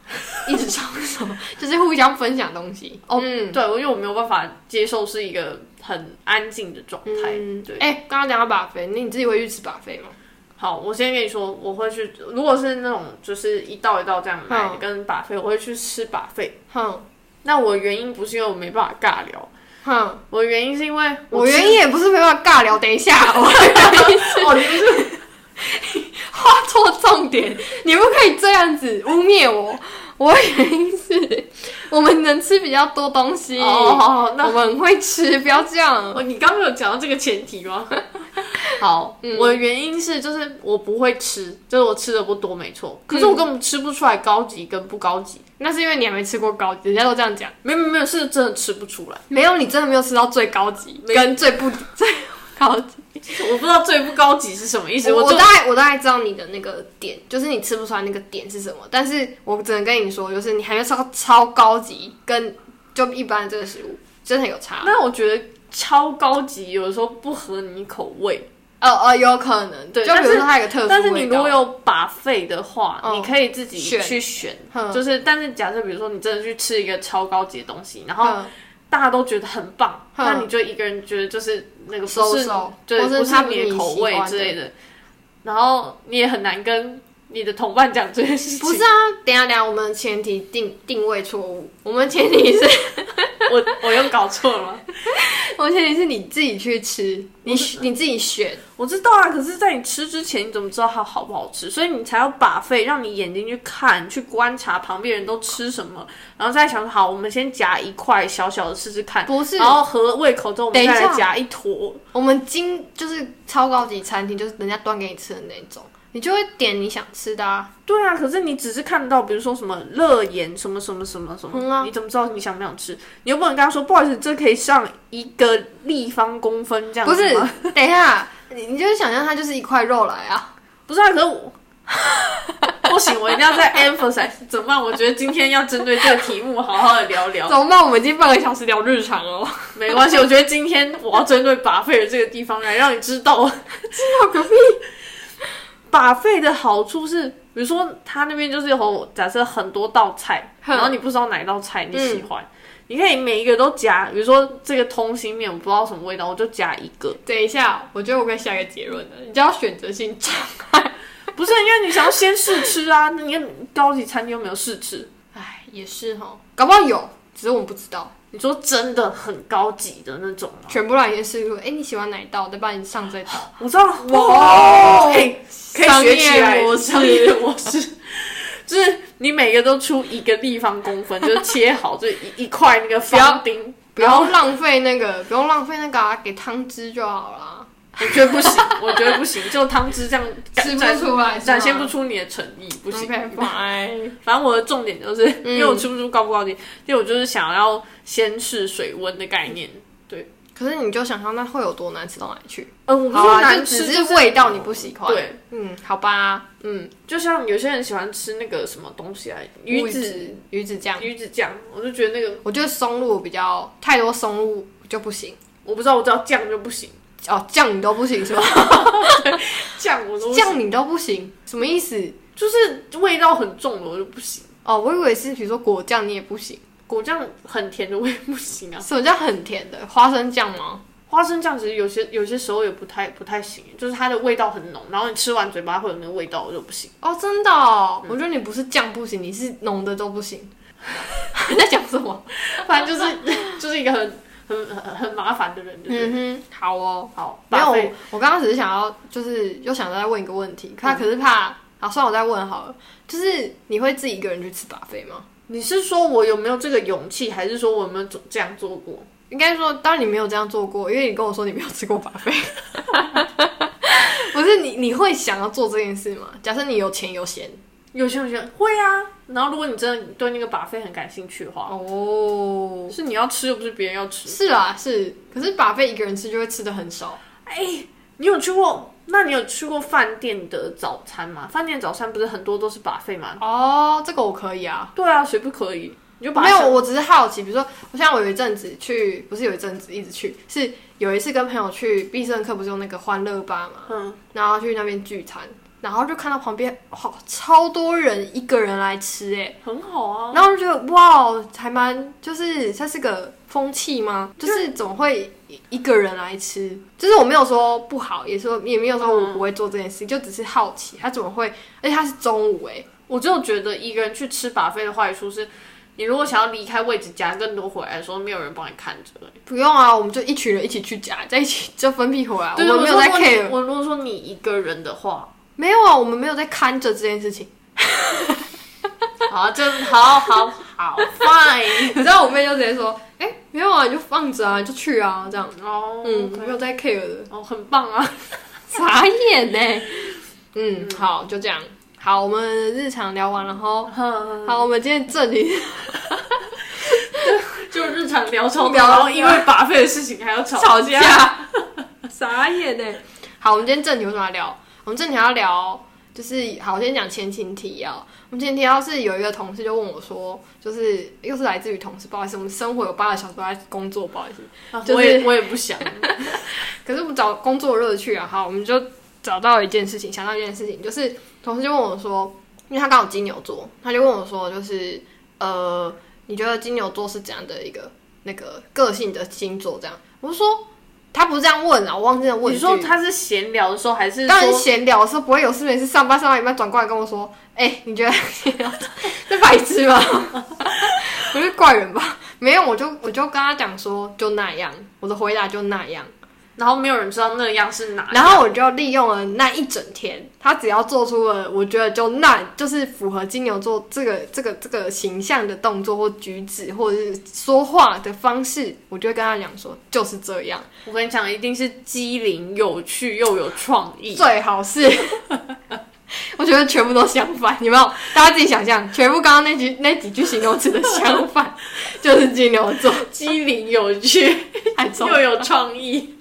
Speaker 1: 一直吵什么，就是互相分享东西。
Speaker 2: 哦，
Speaker 1: 嗯
Speaker 2: 对，因为我没有办法接受是一个很安静的状态。
Speaker 1: 嗯，
Speaker 2: 对，
Speaker 1: 哎、刚刚讲到把飞，那你自己会去吃把飞吗？
Speaker 2: 好，我先跟你说，我会去，如果是那种就是一道一道这样买的
Speaker 1: 嗯
Speaker 2: 跟把费，我会去吃把费。
Speaker 1: 哼
Speaker 2: 那我原因不是因为我没办法尬聊，
Speaker 1: 哼，
Speaker 2: 我原因是因为
Speaker 1: 我
Speaker 2: 吃
Speaker 1: 原因也不是没办法尬聊。等一下， 我
Speaker 2: 哦，你不是
Speaker 1: 画错重点，你不可以这样子污蔑我。我的原因是我们能吃比较多东西，
Speaker 2: 哦，好好，
Speaker 1: 我
Speaker 2: 那
Speaker 1: 们很会吃，不要这样。
Speaker 2: 我你刚刚有讲到这个前提吗？ 好，
Speaker 1: 嗯
Speaker 2: 我的原因是就是我不会吃，就是我吃的不多，没错，可
Speaker 1: 嗯
Speaker 2: 是我根本吃不出来高级跟不高级，
Speaker 1: 那是因为你还没吃过高级，人家都这样讲。
Speaker 2: 没有没有没有，是真的吃不出来。
Speaker 1: 没有，你真的没有吃到最高级，
Speaker 2: 没
Speaker 1: 跟最不最高级。
Speaker 2: 我不知道最不高级是什么意思，
Speaker 1: 我
Speaker 2: 我
Speaker 1: 我
Speaker 2: 就
Speaker 1: 大概我大概知道你的那个点，就是你吃不出来那个点是什么，但是我只能跟你说，就是你还没吃到超高级，跟就一般的这个食物真的有差。
Speaker 2: 那我觉得超高级有的时候不合你口味，
Speaker 1: 哦哦，有可能，
Speaker 2: 对
Speaker 1: 就比如
Speaker 2: 但
Speaker 1: 说
Speaker 2: 是
Speaker 1: 它有个特殊
Speaker 2: 但是你
Speaker 1: 味
Speaker 2: 如
Speaker 1: 道
Speaker 2: 果有把费的话，
Speaker 1: 嗯
Speaker 2: 你可以自己
Speaker 1: 选
Speaker 2: 去选。
Speaker 1: 嗯
Speaker 2: 就是，但是假设比如说你真的去吃一个超高级的东西，然后
Speaker 1: 嗯
Speaker 2: 大家都觉得很棒，
Speaker 1: 嗯
Speaker 2: 那你就一个人觉得就是那个不
Speaker 1: 收
Speaker 2: 是
Speaker 1: 手，
Speaker 2: 对，
Speaker 1: 或
Speaker 2: 不
Speaker 1: 是
Speaker 2: 是
Speaker 1: 它不
Speaker 2: 你
Speaker 1: 是
Speaker 2: 的
Speaker 1: 你
Speaker 2: 口
Speaker 1: 喜
Speaker 2: 味
Speaker 1: 欢
Speaker 2: 之
Speaker 1: 的
Speaker 2: 类的，然后你也很难跟你的同伴讲这件事情。
Speaker 1: 不是啊，等一下等一下，我们前提定定位错误，我们前提是
Speaker 2: 我， 我又搞错了吗？
Speaker 1: 我前提是你自己去吃，你你自己选，
Speaker 2: 我知道啊，可是，在你吃之前，你怎么知道它好不好吃？所以你才要把费，让你眼睛去看，去观察旁边人都吃什么，然后再想说好，我们先夹一块小小的试试看，
Speaker 1: 不是
Speaker 2: 然后合胃口之后，我
Speaker 1: 等
Speaker 2: 们
Speaker 1: 一
Speaker 2: 再来
Speaker 1: 下
Speaker 2: 夹一坨。
Speaker 1: 我们经就是超高级餐厅，就是人家端给你吃的那种，你就会点你想吃的啊。
Speaker 2: 对啊，可是你只是看到，比如说什么乐言什么什么什么什么，
Speaker 1: 嗯啊
Speaker 2: 你怎么知道你想不想吃？你又不能跟他说，不好意思，这可以上一个立方公分这样
Speaker 1: 不
Speaker 2: 子
Speaker 1: 是
Speaker 2: 吗，
Speaker 1: 等一下， 你你就是想象它就是一块肉来啊。
Speaker 2: 不是啊，可是我 不行，我一定要再 emphasize 怎么办？我觉得今天要针对这个题目好好的聊聊
Speaker 1: 怎。么办？我们已经半个小时聊日常了，
Speaker 2: 没关系，我觉得今天我要针对把费的这个地方来让你知道，知道个屁！把费的好处是，比如说他那边就是有假设很多道菜，
Speaker 1: 哼
Speaker 2: 然后你不知道哪一道菜你喜欢，你可以每一个都夹，比如说这个通心面我不知道什么味道，我就夹一个。
Speaker 1: 等一下，我觉得我可以下一个结论了，你叫选择性 障
Speaker 2: 不是因为你想要先试吃啊，那你看高级餐厅有没有试吃？
Speaker 1: 哎，也是哈，搞不好有，只是我们不知道。
Speaker 2: 你说真的很高级的那种吗？
Speaker 1: 全部让你先试出，哎、你喜欢哪一道，我再帮你上这一 道。
Speaker 2: 我知道，
Speaker 1: 哇
Speaker 2: 可以哎可以
Speaker 1: 商
Speaker 2: 学
Speaker 1: 业
Speaker 2: 起来
Speaker 1: 模
Speaker 2: 商业模式， 就是你每个都出一个立方公分，就是切好，就是一一块那个方丁。
Speaker 1: 不要浪费那个，不用浪费那个、啊，给汤汁就好啦。
Speaker 2: 我觉得不行，我觉得不行，就汤汁这样
Speaker 1: 吃不
Speaker 2: 展
Speaker 1: 出来是吗
Speaker 2: 展现不出你的诚意，不行。
Speaker 1: OK fine。
Speaker 2: 反正我的重点就是，
Speaker 1: 嗯
Speaker 2: 因为我吃不出高不高级，因为我就是想要先试水温的概念。对，
Speaker 1: 可是你就想象那会有多难吃到哪里去？
Speaker 2: 嗯，我不
Speaker 1: 好
Speaker 2: 是
Speaker 1: 啊，
Speaker 2: 难
Speaker 1: 就
Speaker 2: 吃，
Speaker 1: 只
Speaker 2: 就是
Speaker 1: 味道你不喜欢。
Speaker 2: 对，
Speaker 1: 嗯，好吧，
Speaker 2: 嗯，就像有些人喜欢吃那个什么东西啊，
Speaker 1: 乌
Speaker 2: 鱼子
Speaker 1: 子鱼子酱，
Speaker 2: 鱼子酱，我就觉得那个
Speaker 1: 我觉得松露比较太多松露就不行
Speaker 2: 我不知道，我知道酱就不行，
Speaker 1: 哦，酱你都不行 是吧？
Speaker 2: 酱我都
Speaker 1: 酱你都不行，什么意思？
Speaker 2: 就是味道很重的我就不行，
Speaker 1: 哦，我以为是比如说果酱你也不行，
Speaker 2: 果酱很甜的我也不行啊，
Speaker 1: 什么叫很甜的花生酱吗？
Speaker 2: 花生酱其实有些有些时候也不太不太行，就是它的味道很浓，然后你吃完嘴巴会有那个味道，我就不行。
Speaker 1: 哦，真的哦，我觉得你不是酱不行，你是浓的都不行。 你在讲什么？
Speaker 2: 反正就是就是一 个很很很很麻烦的人，就是、
Speaker 1: 嗯哼，好哦。
Speaker 2: 好
Speaker 1: 没有，
Speaker 2: 浪
Speaker 1: 我
Speaker 2: 费
Speaker 1: 我刚刚只是想要，就是又想再问一个问题，他可是怕，好，算了我再问好了。就是你会自己一个人去吃 buffet 吗？
Speaker 2: 你是说我有没有这个勇气，还是说我有没有这样做过？
Speaker 1: 应该说，当然你没有这样做过，因为你跟我说你没有吃过 buffet。不是你，你会想要做这件事吗？假设你有钱有闲
Speaker 2: 有些人觉得会啊，然后如果你真的对那个把费很感兴趣的话，
Speaker 1: 哦，
Speaker 2: 是你要吃又不是别人要吃。
Speaker 1: 是啦，是。可是 buffet 一个人吃就会吃的很少。
Speaker 2: 你有去过？那你有去过饭店的早餐吗？饭店早餐不是很多都是把费吗？
Speaker 1: 哦，这个我可以啊。
Speaker 2: 对啊，谁不可以？你就把它
Speaker 1: 没
Speaker 2: 想
Speaker 1: 有，我只是好奇，比如说，像我有一阵子去，不是有一阵子一直去，是有一次跟朋友去必胜客，不是有那个欢乐吧嘛，
Speaker 2: 嗯，
Speaker 1: 然后去那边聚餐，然后就看到旁边哇、超多人一个人来吃哎、
Speaker 2: 很好啊。
Speaker 1: 然后就觉得哇，还蛮就是它是个风气吗？就是总会一一个人来吃，就是我没有说不好，也说也没有说我不会做这件事，就只是好奇他怎么会，而且他是中午哎、
Speaker 2: 我就觉得一个人去吃把费的坏处是，你如果想要离开位置夹更多回来的时候，没有人帮你看着。
Speaker 1: 不用啊，我们就一群人一起去夹，在一起就分批回来。
Speaker 2: 对，
Speaker 1: 们没有在
Speaker 2: 说如果你
Speaker 1: care，
Speaker 2: 我如果说你一个人的话，
Speaker 1: 没有啊，我们没有在看着这件事 情。
Speaker 2: 好，这好好好 fine。
Speaker 1: 你知道我妹就直接说：“哎、没有啊，你就放着啊，你就去啊，这样。
Speaker 2: 哦”，
Speaker 1: 嗯，没有在 care 的，
Speaker 2: 哦，很棒 啊。
Speaker 1: 傻眼呢、嗯，好，就这样。好，我们日常聊完了哈。
Speaker 2: 嗯
Speaker 1: 好，我们今天这里
Speaker 2: 就日常聊超多，
Speaker 1: 聊
Speaker 2: 然后因为把费的事情还要吵
Speaker 1: 吵 架，傻眼呢、
Speaker 2: 欸
Speaker 1: 好，我们今天正题为什么要聊？我们正题要聊就是好，我先讲前情提要。我们前情提要是有一个同事就问我说，就是又是来自于同事，不好意思，我们生活有八个小时都在工作，不好意思。
Speaker 2: 啊
Speaker 1: 就是
Speaker 2: 我也我也不想，
Speaker 1: 可是我们找工作乐趣啊，好，我们就找到一件事情，想到一件事情，就是同事就问我说，因为他刚好金牛座，他就问我说，就是呃，你觉得金牛座是怎样的一个那个个性的星座？这样，我就说他不是这样问啊，我忘记了问
Speaker 2: 你
Speaker 1: 句
Speaker 2: 说他是闲聊的时候还是
Speaker 1: 当然
Speaker 2: 说
Speaker 1: 闲聊的时候不会有事没事上班上到一半转过来跟我说，哎、你觉得 这白痴 吧？我是怪人吧？没有，我就我就跟他讲说就那样，我的回答就那样。
Speaker 2: 然后没有人知道那样是哪？
Speaker 1: 然后我就利用了那一整天，他只要做出了我觉得就那就是符合金牛座这个这个这个形象的动作或举止，或者是说话的方式，我就会跟他讲说就是这样，
Speaker 2: 我跟你讲，一定是机灵、有趣又有创意。
Speaker 1: 最好是。 我觉得全部都相反，有没有？大家自己想象，全部刚刚那句那几句形容词的相反，就是金牛座，
Speaker 2: 机灵、有趣
Speaker 1: 还中
Speaker 2: 又有创意，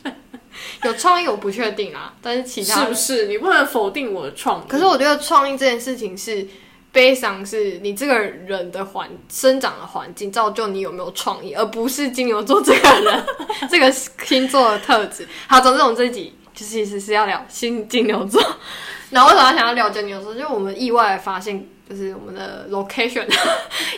Speaker 1: 有创意我不确定啊，但是其他
Speaker 2: 是不是？你不能否定我的创意。
Speaker 1: 可是我觉得创意这件事情是悲伤，是你这个人的环生长的环境造就你有没有创意，而不是金牛座这个人 这个星座的特质。好，总之我们这一集就是其实是要聊新金牛座。 然后为什么要想要聊金牛座？就是我们意外地发现，就是我们的 location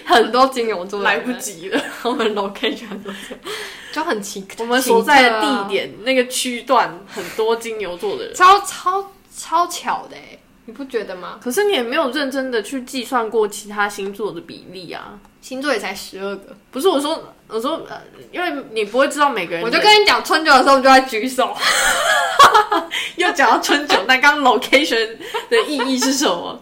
Speaker 1: 很多金牛座的
Speaker 2: 来
Speaker 1: 人
Speaker 2: 不，及了，
Speaker 1: 我们 location 很多金牛就很奇，
Speaker 2: 我们所在的
Speaker 1: 奇特啊
Speaker 2: 地点、那个区段很多金牛座的人，
Speaker 1: 超超超巧的欸，你不觉得吗？
Speaker 2: 可是你也没有认真的去计算过其他星座的比例啊。
Speaker 1: 星座也才十二个。
Speaker 2: 不是我说，我说，呃因为你不会知道每个人的。
Speaker 1: 我就跟你讲，春酒的时候我们就在举 手，
Speaker 2: 又讲到春酒，那刚刚 location 的意义是什么？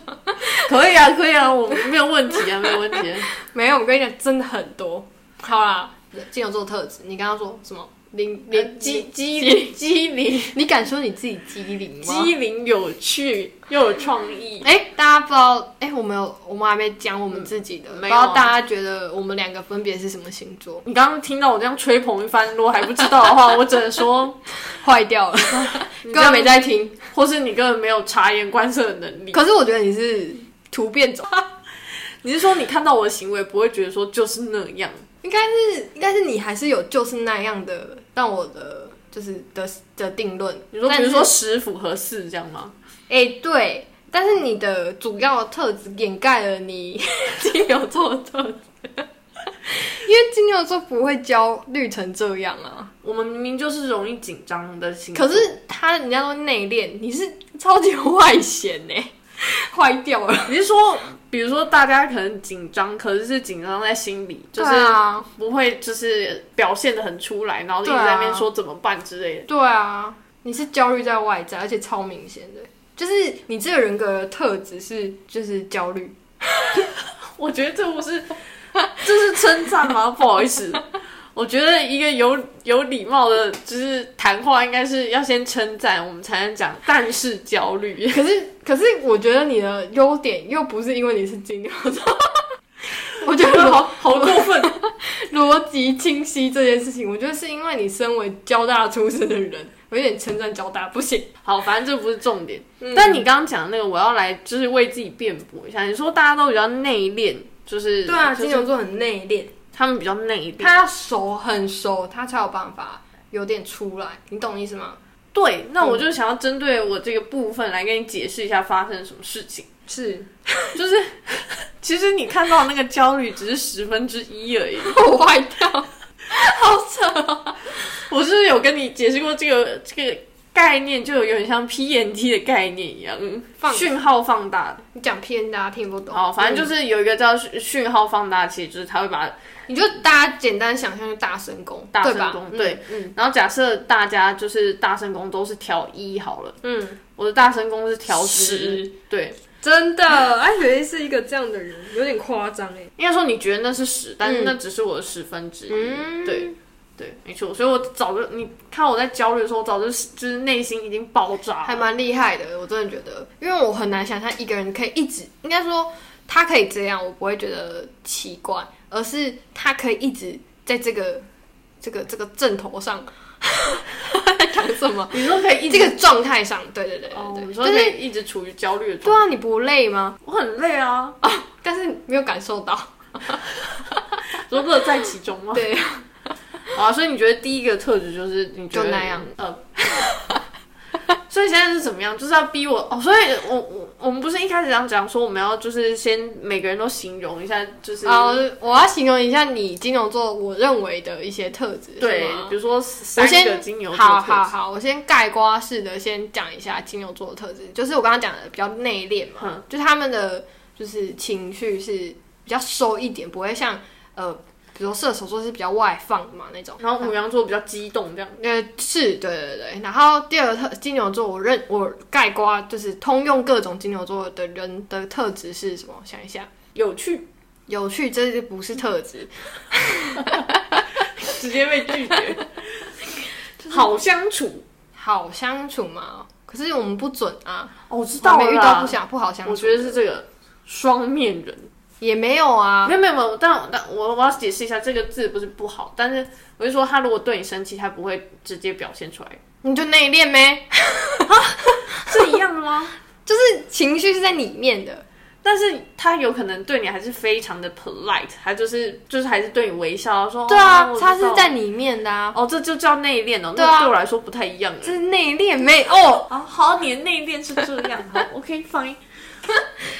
Speaker 2: 可以啊，可以啊，我没有问题啊，没有问题啊、
Speaker 1: 没有，我跟你讲，真的很多。好啦，金牛座特质。你刚刚说什么？灵
Speaker 2: 呃
Speaker 1: 灵
Speaker 2: 机
Speaker 1: 机，
Speaker 2: 机机灵
Speaker 1: 你敢说你自己机灵吗？
Speaker 2: 机灵有趣又有创意，
Speaker 1: 哎、大家不知道，哎、我们有，我们还没讲我们自己的，
Speaker 2: 嗯
Speaker 1: 不
Speaker 2: 没
Speaker 1: 知
Speaker 2: 有啊
Speaker 1: 道大家觉得我们两个分别是什么星 座？
Speaker 2: 你刚刚听到我这样吹捧一番，如果还不知道的话，我只能说，
Speaker 1: 坏 掉了，
Speaker 2: 你
Speaker 1: 根
Speaker 2: 这样
Speaker 1: 本没在听。
Speaker 2: 或是你根本没有察言观色的能力。
Speaker 1: 可是我觉得你是突变种，
Speaker 2: 你是说你看到我的行为不会觉得说就是那样？
Speaker 1: 应该是，应该是你还是有就是那样的，让我的就是的的定论。
Speaker 2: 你说
Speaker 1: 但
Speaker 2: 比
Speaker 1: 是
Speaker 2: 如说，十符合四这样 吗？
Speaker 1: 哎、对，但是你的主要特质掩盖了你 金牛座的特质，因为金牛座不会焦虑成这样啊。
Speaker 2: 我们明明就是容易紧张的心，
Speaker 1: 可是他人家都内敛，你是超级外显呢、坏掉了。
Speaker 2: 你是说，比如说大家可能紧张，可是是紧张在心里，就是
Speaker 1: 对啊，
Speaker 2: 不会就是表现的很出来，然后一直
Speaker 1: 对啊
Speaker 2: 在那边说怎么办之类的。
Speaker 1: 对啊，你是焦虑在外在，而且超明显的，就是你这个人格的特质是就是焦虑。 啊
Speaker 2: 我觉得这不是 这是称赞吗？不好 意思，我觉得一个有有礼貌的，就是谈话应该是要先称赞，我们才能讲，但是焦虑。
Speaker 1: 可是可是，我觉得你的优点又不是因为你是金牛座， 我觉得
Speaker 2: 好好过分，
Speaker 1: 逻辑清晰这件事情，我觉得是因为你身为交大出身的人，我有点称赞交大不行。
Speaker 2: 好，反正这不是重点。
Speaker 1: 嗯
Speaker 2: 但你刚刚讲的那个，我要来就是为自己辩驳一下。你说大家都比较内敛，就是就是
Speaker 1: 啊座很内敛。
Speaker 2: 他们比较内敛。
Speaker 1: 他要熟很熟，他才有办法有点出来，你懂意思吗？
Speaker 2: 对，那
Speaker 1: 嗯
Speaker 2: 我就想要针对我这个部分来跟你解释一下发生了什么事情。
Speaker 1: 是，
Speaker 2: 就是 其实你看到那个焦虑只是十分之一而已。
Speaker 1: 我坏掉，好扯。
Speaker 2: 我是不是有跟你解释过这个这个概念，就有点像 PNT 的概念一样，
Speaker 1: 放嗯
Speaker 2: 讯号放大的。
Speaker 1: 你讲偏大家听不懂。
Speaker 2: 哦，反正就是有一个叫讯讯号放大器，就是它会把
Speaker 1: 你就大家简单想象，就大神功，
Speaker 2: 大
Speaker 1: 对
Speaker 2: 声
Speaker 1: 吧
Speaker 2: 功，
Speaker 1: 对，嗯
Speaker 2: 然后假设大家就是大声功都是调一好了，
Speaker 1: 嗯，
Speaker 2: 我的大声功是调
Speaker 1: 十
Speaker 2: 十，对，
Speaker 1: 真的，艾雪莉是一个这样的人，有点夸张哎。
Speaker 2: 应该说你觉得那是十，但是
Speaker 1: 嗯
Speaker 2: 那只是我的十分之一，
Speaker 1: 嗯，
Speaker 2: 对，对，没错。所以我早就你看我在焦虑的时候，我早就是就是内心已经爆炸
Speaker 1: 还
Speaker 2: 了，
Speaker 1: 蛮厉害的，我真的觉得，因为我很难想象一个人可以一直，应该说他可以这样，我不会觉得奇怪，而是他可以一直在这个这个这个阵头上，在讲什么？
Speaker 2: 你说可以一
Speaker 1: 这
Speaker 2: 直
Speaker 1: 个状态上，对 对对
Speaker 2: 哦，
Speaker 1: 对
Speaker 2: 你
Speaker 1: 对，
Speaker 2: 说
Speaker 1: 就
Speaker 2: 可
Speaker 1: 是
Speaker 2: 以一直处于焦虑的
Speaker 1: 对
Speaker 2: 状态，
Speaker 1: 啊，你不累吗？
Speaker 2: 我很累啊，
Speaker 1: 但是没有感受 到，
Speaker 2: 我乐在其中吗？
Speaker 1: 对，
Speaker 2: 好啊，所以你觉得第一个特质就是你觉得
Speaker 1: 就那样，
Speaker 2: 呃。所以现在是怎么样？就是要逼我哦。所以我我我们不是一开始讲讲说我们要就是先每个人都形容一下，就是、
Speaker 1: 然后哦我要形容一下你金牛座我认为的一些特质，
Speaker 2: 对
Speaker 1: 是吗，
Speaker 2: 比如说三
Speaker 1: 我
Speaker 2: 个
Speaker 1: 先
Speaker 2: 金牛座
Speaker 1: 好
Speaker 2: 特质
Speaker 1: 好好，我先盖瓜式的先讲一下金牛座的特质，就是我刚刚讲的比较内敛嘛，
Speaker 2: 嗯
Speaker 1: 就是他们的就是情绪是比较收一点，不会像呃，比如说射手座是比较外放嘛那种。
Speaker 2: 然后母羊座比较激动这样。
Speaker 1: 呃，是对对对，然后第二个特金牛座，我认我盖瓜就是通用各种金牛座的人的特质是什么？我想一下，
Speaker 2: 有趣，
Speaker 1: 有趣，这是不是特质？
Speaker 2: 直接被拒绝。好相处，
Speaker 1: 好相处嘛？可是我们不准啊，
Speaker 2: 哦，我知
Speaker 1: 我没遇到不
Speaker 2: 不
Speaker 1: 想不好相处，
Speaker 2: 我觉得是这个双面人。
Speaker 1: 也没有啊，
Speaker 2: 没有没有没有，但但我我要解释一下，这个字不是不好，但是我就说他如果对你生气，他不会直接表现 出来，
Speaker 1: 你就内敛呗，
Speaker 2: 是一样的吗？
Speaker 1: 就是情绪是在里面的。
Speaker 2: 但是他有可能对你还是非常的 polite，他就是就是还是对你微笑，说
Speaker 1: 对啊
Speaker 2: 哦，我
Speaker 1: 它
Speaker 2: 知道
Speaker 1: 是在里面的啊，
Speaker 2: 哦，这就叫内敛哦，
Speaker 1: 对啊
Speaker 2: 那对我来说不太一样了。
Speaker 1: 这是内敛没哦。
Speaker 2: 啊，好，你的内敛是这样， 好，OK fine。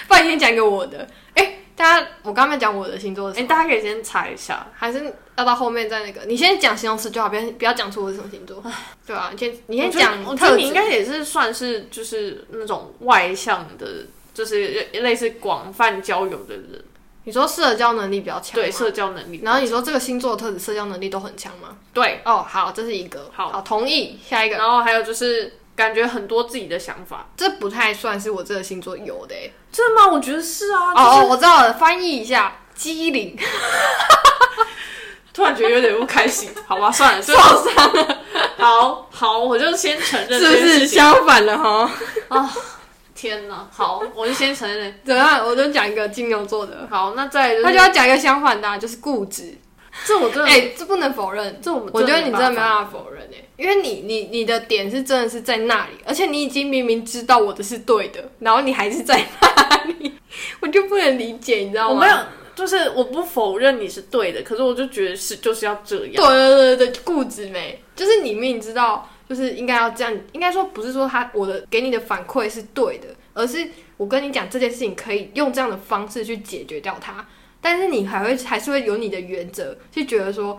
Speaker 1: 不然先讲一个我的，哎、大家我刚才讲我的星座是
Speaker 2: 哎、
Speaker 1: 什么，
Speaker 2: 大家可以先查一下，
Speaker 1: 还是要到后面再那个，你先讲形容词就好，不要不要讲出我是什么星座，对啊，你先你
Speaker 2: 我
Speaker 1: 先
Speaker 2: 觉得
Speaker 1: 讲
Speaker 2: 我觉得
Speaker 1: 特
Speaker 2: 你应
Speaker 1: 质，
Speaker 2: 该也是算是就是那种外向的，就是类似广泛交友的人，
Speaker 1: 你说社交能力比较强，
Speaker 2: 对，社交能力。
Speaker 1: 然后你说这个星座的特质社交能力都很强吗？
Speaker 2: 对，
Speaker 1: 哦，好，这是一个，
Speaker 2: 好
Speaker 1: 同意，下一个，
Speaker 2: 然后还有就是感觉很多自己的想法，
Speaker 1: 这不太算是我这个星座有的、欸，
Speaker 2: 真的吗？我觉得是啊，
Speaker 1: 哦哦，我知道了，翻译一下，机灵，
Speaker 2: 突然觉得有点不开心，好 吧，算 了，就
Speaker 1: 受伤了，
Speaker 2: 好好，我就先承认
Speaker 1: 是不
Speaker 2: 这件
Speaker 1: 是
Speaker 2: 事情
Speaker 1: 相反了哈？
Speaker 2: 啊！天哪，好，我就先承认。
Speaker 1: 怎样？我就讲一个金牛座的，
Speaker 2: 好，那再来就是
Speaker 1: 他就要讲一个相反的啊、就是固执。
Speaker 2: 这我真的，
Speaker 1: 哎、这不能否认，
Speaker 2: 这我们
Speaker 1: 我觉得你真的没
Speaker 2: 法。
Speaker 1: 办法否认哎、因为你你你的点是真的是在那里，而且你已经明明知道我的是对的，然后你还是在那里， 我就不能理解，你知道
Speaker 2: 我
Speaker 1: 吗？
Speaker 2: 没有，就是我不否认你是对的，可是我就觉得是就是要这样。
Speaker 1: 对对对对，固执没，就是你明明知道，就是应该要这样，应该说不是说他我的给你的反馈是对的，而是我跟你讲这件事情可以用这样的方式去解决掉它，但是你还会还是会有你的原则，去觉得说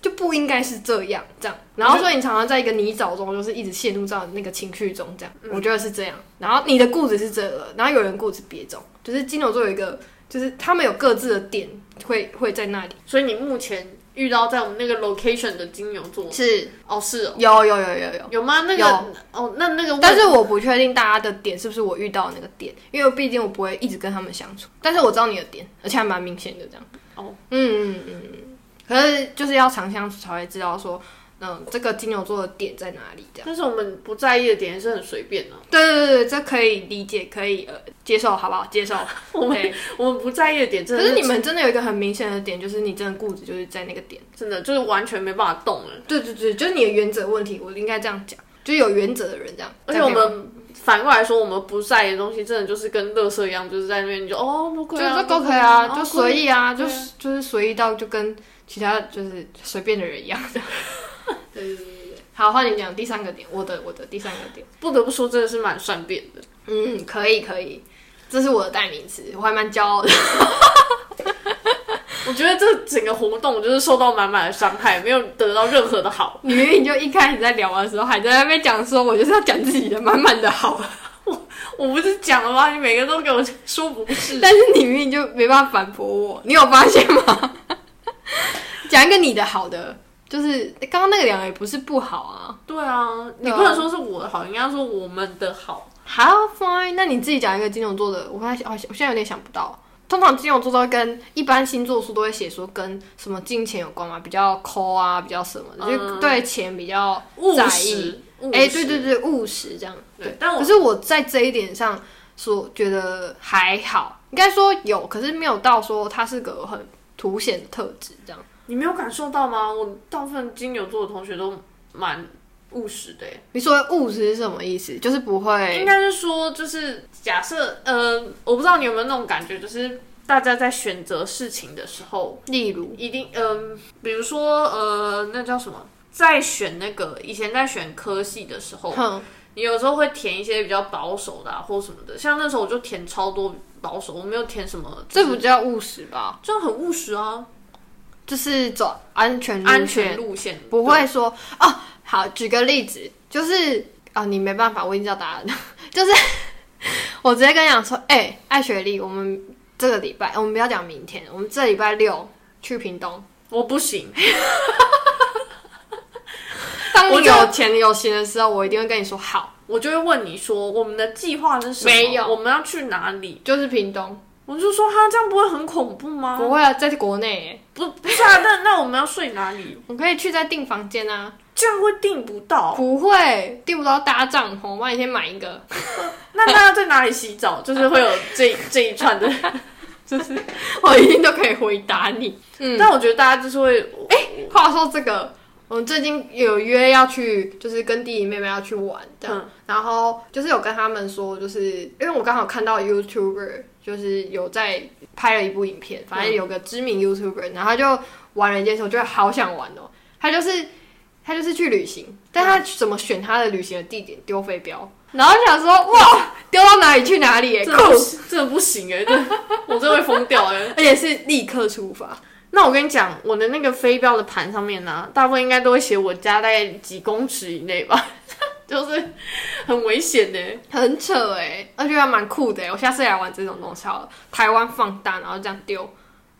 Speaker 1: 就不应该是这样这样，然后所以你常常在一个泥沼中，就是一直陷入到那个情绪中这样，我觉得是这样。然后你的固执是这个，然后有人固执别种，就是金牛座有一个。就是他们有各自的点会会在那里，
Speaker 2: 所以你目前遇到在我们那个 location 的金牛座，
Speaker 1: 是
Speaker 2: 哦，是哦，
Speaker 1: 有有有有有，
Speaker 2: 有吗？那个
Speaker 1: 有
Speaker 2: 哦，那那个问，
Speaker 1: 但是我不确定大家的点是不是我遇到的那个点，因为毕竟我不会一直跟他们相处。但是我知道你的点，而且还蛮明显的这样。
Speaker 2: 哦，
Speaker 1: 嗯嗯嗯嗯。可是就是要常相处才会知道说，嗯，这个金牛座的点在哪里这样。
Speaker 2: 但是我们不在意的点是很随 便的、啊
Speaker 1: 对对对对，这可以理解，可以呃接受，好不好？接受。
Speaker 2: 我们
Speaker 1: 对
Speaker 2: 哎我们不在意的点真
Speaker 1: 可
Speaker 2: 的是，
Speaker 1: 是你们真的有一个很明显的点，就是你真的固执，就是在那个点。
Speaker 2: 真的就是完全没办法动了。
Speaker 1: 对对对，就是你的原则问题，我应该这样讲，就是有原则的人这样。
Speaker 2: 而且我
Speaker 1: 这样
Speaker 2: 们反过来说，我们不在意的东西，真的就是跟垃圾一样，就是在那边你就哦，不
Speaker 1: 可
Speaker 2: 可以
Speaker 1: 以
Speaker 2: 啊、
Speaker 1: 啊就是
Speaker 2: 不
Speaker 1: 都
Speaker 2: 可
Speaker 1: 可以啊，就
Speaker 2: 以
Speaker 1: 随意啊，
Speaker 2: 对
Speaker 1: 就
Speaker 2: 啊
Speaker 1: 是就是随意到就跟其他就是随便的人一 样的。对对对对对。好，换你讲第三个点，我的我的第三个点，
Speaker 2: 不得不说，真的是蛮善变的。
Speaker 1: 嗯，可以可以，这是我的代名词，我还蛮骄傲的。
Speaker 2: 我觉得这整个活动就是受到满满的伤害，没有得到任何的好。
Speaker 1: 你明明就一开始在聊的时候，还在那边讲说，我就是要讲自己的满满的 好，
Speaker 2: 我不是讲了吗？你每个都给我说不是，
Speaker 1: 但是你明明就没办法反驳我，你有发现吗？ 讲一个你的好的，就是刚刚那个两个也不是不好啊。
Speaker 2: 对啊，你
Speaker 1: 对啊
Speaker 2: 不能说是我的好，应该说我们的好。
Speaker 1: 好，fine。那你自己讲一个金牛座的，我现在啊，我现在有点想不到。通常金牛座都会跟一般星座书都会写说跟什么金钱有关嘛，比较抠啊，比较什么的，就
Speaker 2: 嗯
Speaker 1: 对钱比较
Speaker 2: 务
Speaker 1: 在意。
Speaker 2: 实，务
Speaker 1: 哎、
Speaker 2: 实
Speaker 1: 对对对，务实这样。
Speaker 2: 对。但
Speaker 1: 可
Speaker 2: 我
Speaker 1: 是我在这一点上所觉得还好，应该说有，可是没有到说他是个很凸显的特质这样。
Speaker 2: 你没有感受到吗？我大部分金牛座的同学都蛮务实的、欸，
Speaker 1: 你说务实是什么意思？就是不
Speaker 2: 应
Speaker 1: 会
Speaker 2: 该是说就是假设，呃，我不知道你有没有那种感觉，就是大家在选择事情的时候，
Speaker 1: 例如
Speaker 2: 一定，嗯、比如说，呃，那叫什么？在选那个以前在选科系的时候，
Speaker 1: 哼
Speaker 2: 你有时候会填一些比较保守的啊，或什么的。像那时候我就填超多保守，我没有填什么，
Speaker 1: 这不叫务实吧？
Speaker 2: 这样很务实啊，
Speaker 1: 就是走安全路线
Speaker 2: 安全路线
Speaker 1: 不会说哦。好，举个例子，就是啊、你没办法，我已经知道答案了。 就是我直接跟你讲说，哎、艾雪莉，我们这个礼拜，我们不要讲明天，我们这礼拜六去屏东。
Speaker 2: 我不行，
Speaker 1: 当
Speaker 2: 我
Speaker 1: 你
Speaker 2: 就
Speaker 1: 有钱有闲的时候，我一定会跟你说好，
Speaker 2: 我就会问你说我们的计划是什么？
Speaker 1: 没有
Speaker 2: 我们要去哪里？
Speaker 1: 就是屏东，
Speaker 2: 我就说哈，这样不会很恐怖吗？
Speaker 1: 不会啊，在国内耶，
Speaker 2: 不，不是啊，那那我们要睡哪里？
Speaker 1: 我可以去再订房间啊，
Speaker 2: 这样会订不到。
Speaker 1: 不会订不到搭帐篷，我帮你先买一个。
Speaker 2: 那大家在哪里洗澡？就是会有这这一串的
Speaker 1: 我一定都可以回答你。嗯，
Speaker 2: 但我觉得大家就是会，哎、
Speaker 1: 话说这个，我们最近有约要去，就是跟弟弟妹妹要去玩这样，然后就是有跟他们说，就是因为我刚好看到 YouTuber 就是有在拍了一部影片，反正有个知名 YouTuber，然后他就玩了一件事，我觉得好想玩哦，他就是。他就是去旅行，但他怎么选他的旅行的地点丢飞镖，嗯然后想说哇 丢到哪里去哪里耶，欸
Speaker 2: 这
Speaker 1: 酷，
Speaker 2: 不行这不行哎、这 我真的会疯掉哎、
Speaker 1: 而且是立刻出发，
Speaker 2: 那我跟你讲，我的那个飞镖的盘上面呢、啊大部分应该都会写我家大概几公尺以内吧， 就是很危险的、
Speaker 1: 很扯哎、而且还蛮酷的哎、我下次也来玩这种东西好了。台湾放大，然后这样丢，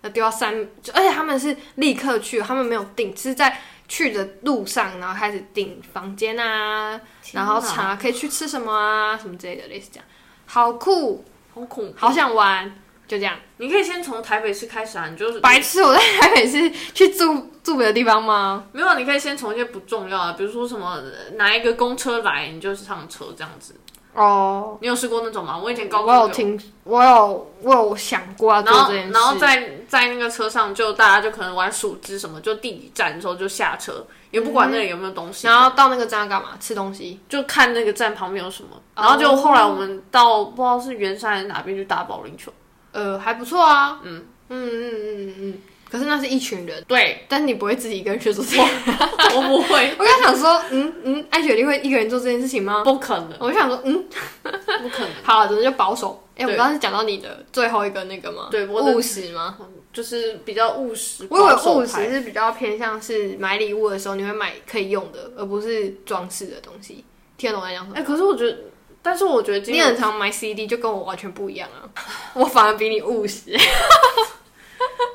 Speaker 1: 那丢到三，就而且他们是立刻去，他们没有订，是在去的路上，然后开始订房间啊，然后
Speaker 2: 天哪
Speaker 1: 查可以去吃什么啊，什么之类的，类似这样，好酷，
Speaker 2: 好恐怖。啊
Speaker 1: 好想玩。就这样。
Speaker 2: 你可以先从台北市开始啊，你就是
Speaker 1: 白痴，我在台北市去住住别的地方吗？
Speaker 2: 没有啊，你可以先从一些不重要啊，比如说什么呃哪一个公车来，你就上车这样子。
Speaker 1: 哦，
Speaker 2: 你有试过那种吗？我以前高
Speaker 1: 我
Speaker 2: 中
Speaker 1: 有
Speaker 2: 有
Speaker 1: 听，我有我有想过要
Speaker 2: 然
Speaker 1: 做
Speaker 2: 后
Speaker 1: 这件事，
Speaker 2: 然后在在那个车上就大家就可能玩数枝什么，就第几站的时候就下车，也不
Speaker 1: 嗯
Speaker 2: 管那里有没有东西，
Speaker 1: 然后到那个站干嘛？吃东西。
Speaker 2: 就看那个站旁边有什么。
Speaker 1: 哦
Speaker 2: 然后就后来我们到不知道是圆山还是哪边去打保龄球，
Speaker 1: 呃，还不错啊。嗯嗯嗯嗯嗯嗯。可是那是一群人，
Speaker 2: 对
Speaker 1: 但你不会自己一个人去做这件事。
Speaker 2: 我不 会，
Speaker 1: 我刚想说，嗯嗯，艾雪莉会一个人做这件事情吗？
Speaker 2: 不可能，
Speaker 1: 我就想说，嗯，
Speaker 2: 不可能。
Speaker 1: 好了，总之就保守。哎、我
Speaker 2: 对
Speaker 1: 刚刚是讲到你的最后一个那个吗？
Speaker 2: 对我的
Speaker 1: 务实吗？
Speaker 2: 就是比较务实，
Speaker 1: 我以为
Speaker 2: 保守
Speaker 1: 务
Speaker 2: 派
Speaker 1: 实是比较偏向是买礼物的时候你会买可以用的，而不是装饰的东西。听得懂我在讲什么？
Speaker 2: 哎、可是我觉得，但是我觉得今
Speaker 1: 你
Speaker 2: 天
Speaker 1: 很常买 CD，就跟我完全不一样啊！我反而比你务实，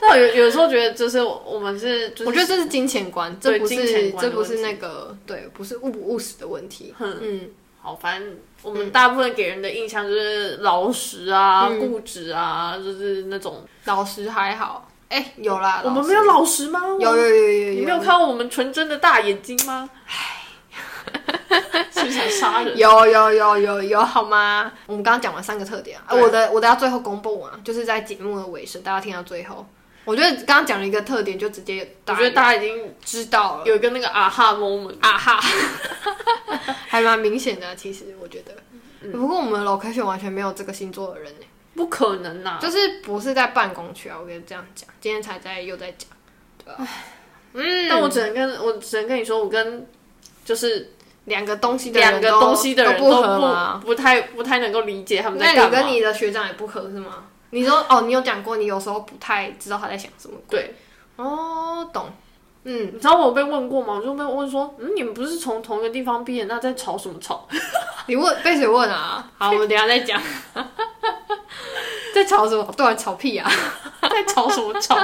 Speaker 2: 但我有有时候觉得，就是我我们是，就是、
Speaker 1: 我觉得这是金钱观，
Speaker 2: 对
Speaker 1: 这不
Speaker 2: 金钱
Speaker 1: 是
Speaker 2: 观
Speaker 1: 这
Speaker 2: 的
Speaker 1: 不
Speaker 2: 问题
Speaker 1: 是那个对，不是务不务实的问题。嗯，
Speaker 2: 好，反正我们大部分给人的印象就是老实啊、
Speaker 1: 嗯
Speaker 2: 固执啊，就是那种。
Speaker 1: 老实还好，哎、有啦，
Speaker 2: 我们
Speaker 1: 老
Speaker 2: 没
Speaker 1: 实
Speaker 2: 有老实吗？
Speaker 1: 有有有有
Speaker 2: 你
Speaker 1: 有
Speaker 2: 没有看到我们纯真的大眼睛吗？唉，是不是想杀人？
Speaker 1: 有有有有有好吗？我们刚刚讲完三个特点啊，
Speaker 2: 对
Speaker 1: 我的我的要最后公布啊，就是在节目的尾声，大家听到最后，我觉得刚刚讲了一个特点，就直接
Speaker 2: 我
Speaker 1: 大
Speaker 2: 觉得
Speaker 1: 家
Speaker 2: 大家已经
Speaker 1: 知道了
Speaker 2: 有一个那个啊哈 moment，
Speaker 1: 啊哈， 还蛮明显的啊，其实我觉得。
Speaker 2: 嗯
Speaker 1: 不过我们 location 完全没有这个星座的人欸、
Speaker 2: 不可能啊呐、
Speaker 1: 就是不是在办公区啊，我跟你这样讲，今天才在又在讲，对吧、嗯，
Speaker 2: 但我只能跟我只能跟你说，我跟就是
Speaker 1: 两个东西的人
Speaker 2: 两个
Speaker 1: 都
Speaker 2: 东西的人
Speaker 1: 都不合吗
Speaker 2: 不？不太不太能够理解他们
Speaker 1: 那
Speaker 2: 在
Speaker 1: 你
Speaker 2: 干嘛。
Speaker 1: 跟你的学长也不合是吗？你说哦，你有讲过，你有时候不太知道他在想什么。
Speaker 2: 对，
Speaker 1: 哦，懂。嗯，
Speaker 2: 你知道我被问过吗？我就被问说，嗯，你们不是从同一个地方毕业，那在吵什么吵？
Speaker 1: 你问被谁问啊？好， 我们等一下再讲。 在吵什么？对啊，吵屁啊！
Speaker 2: 在吵什么吵？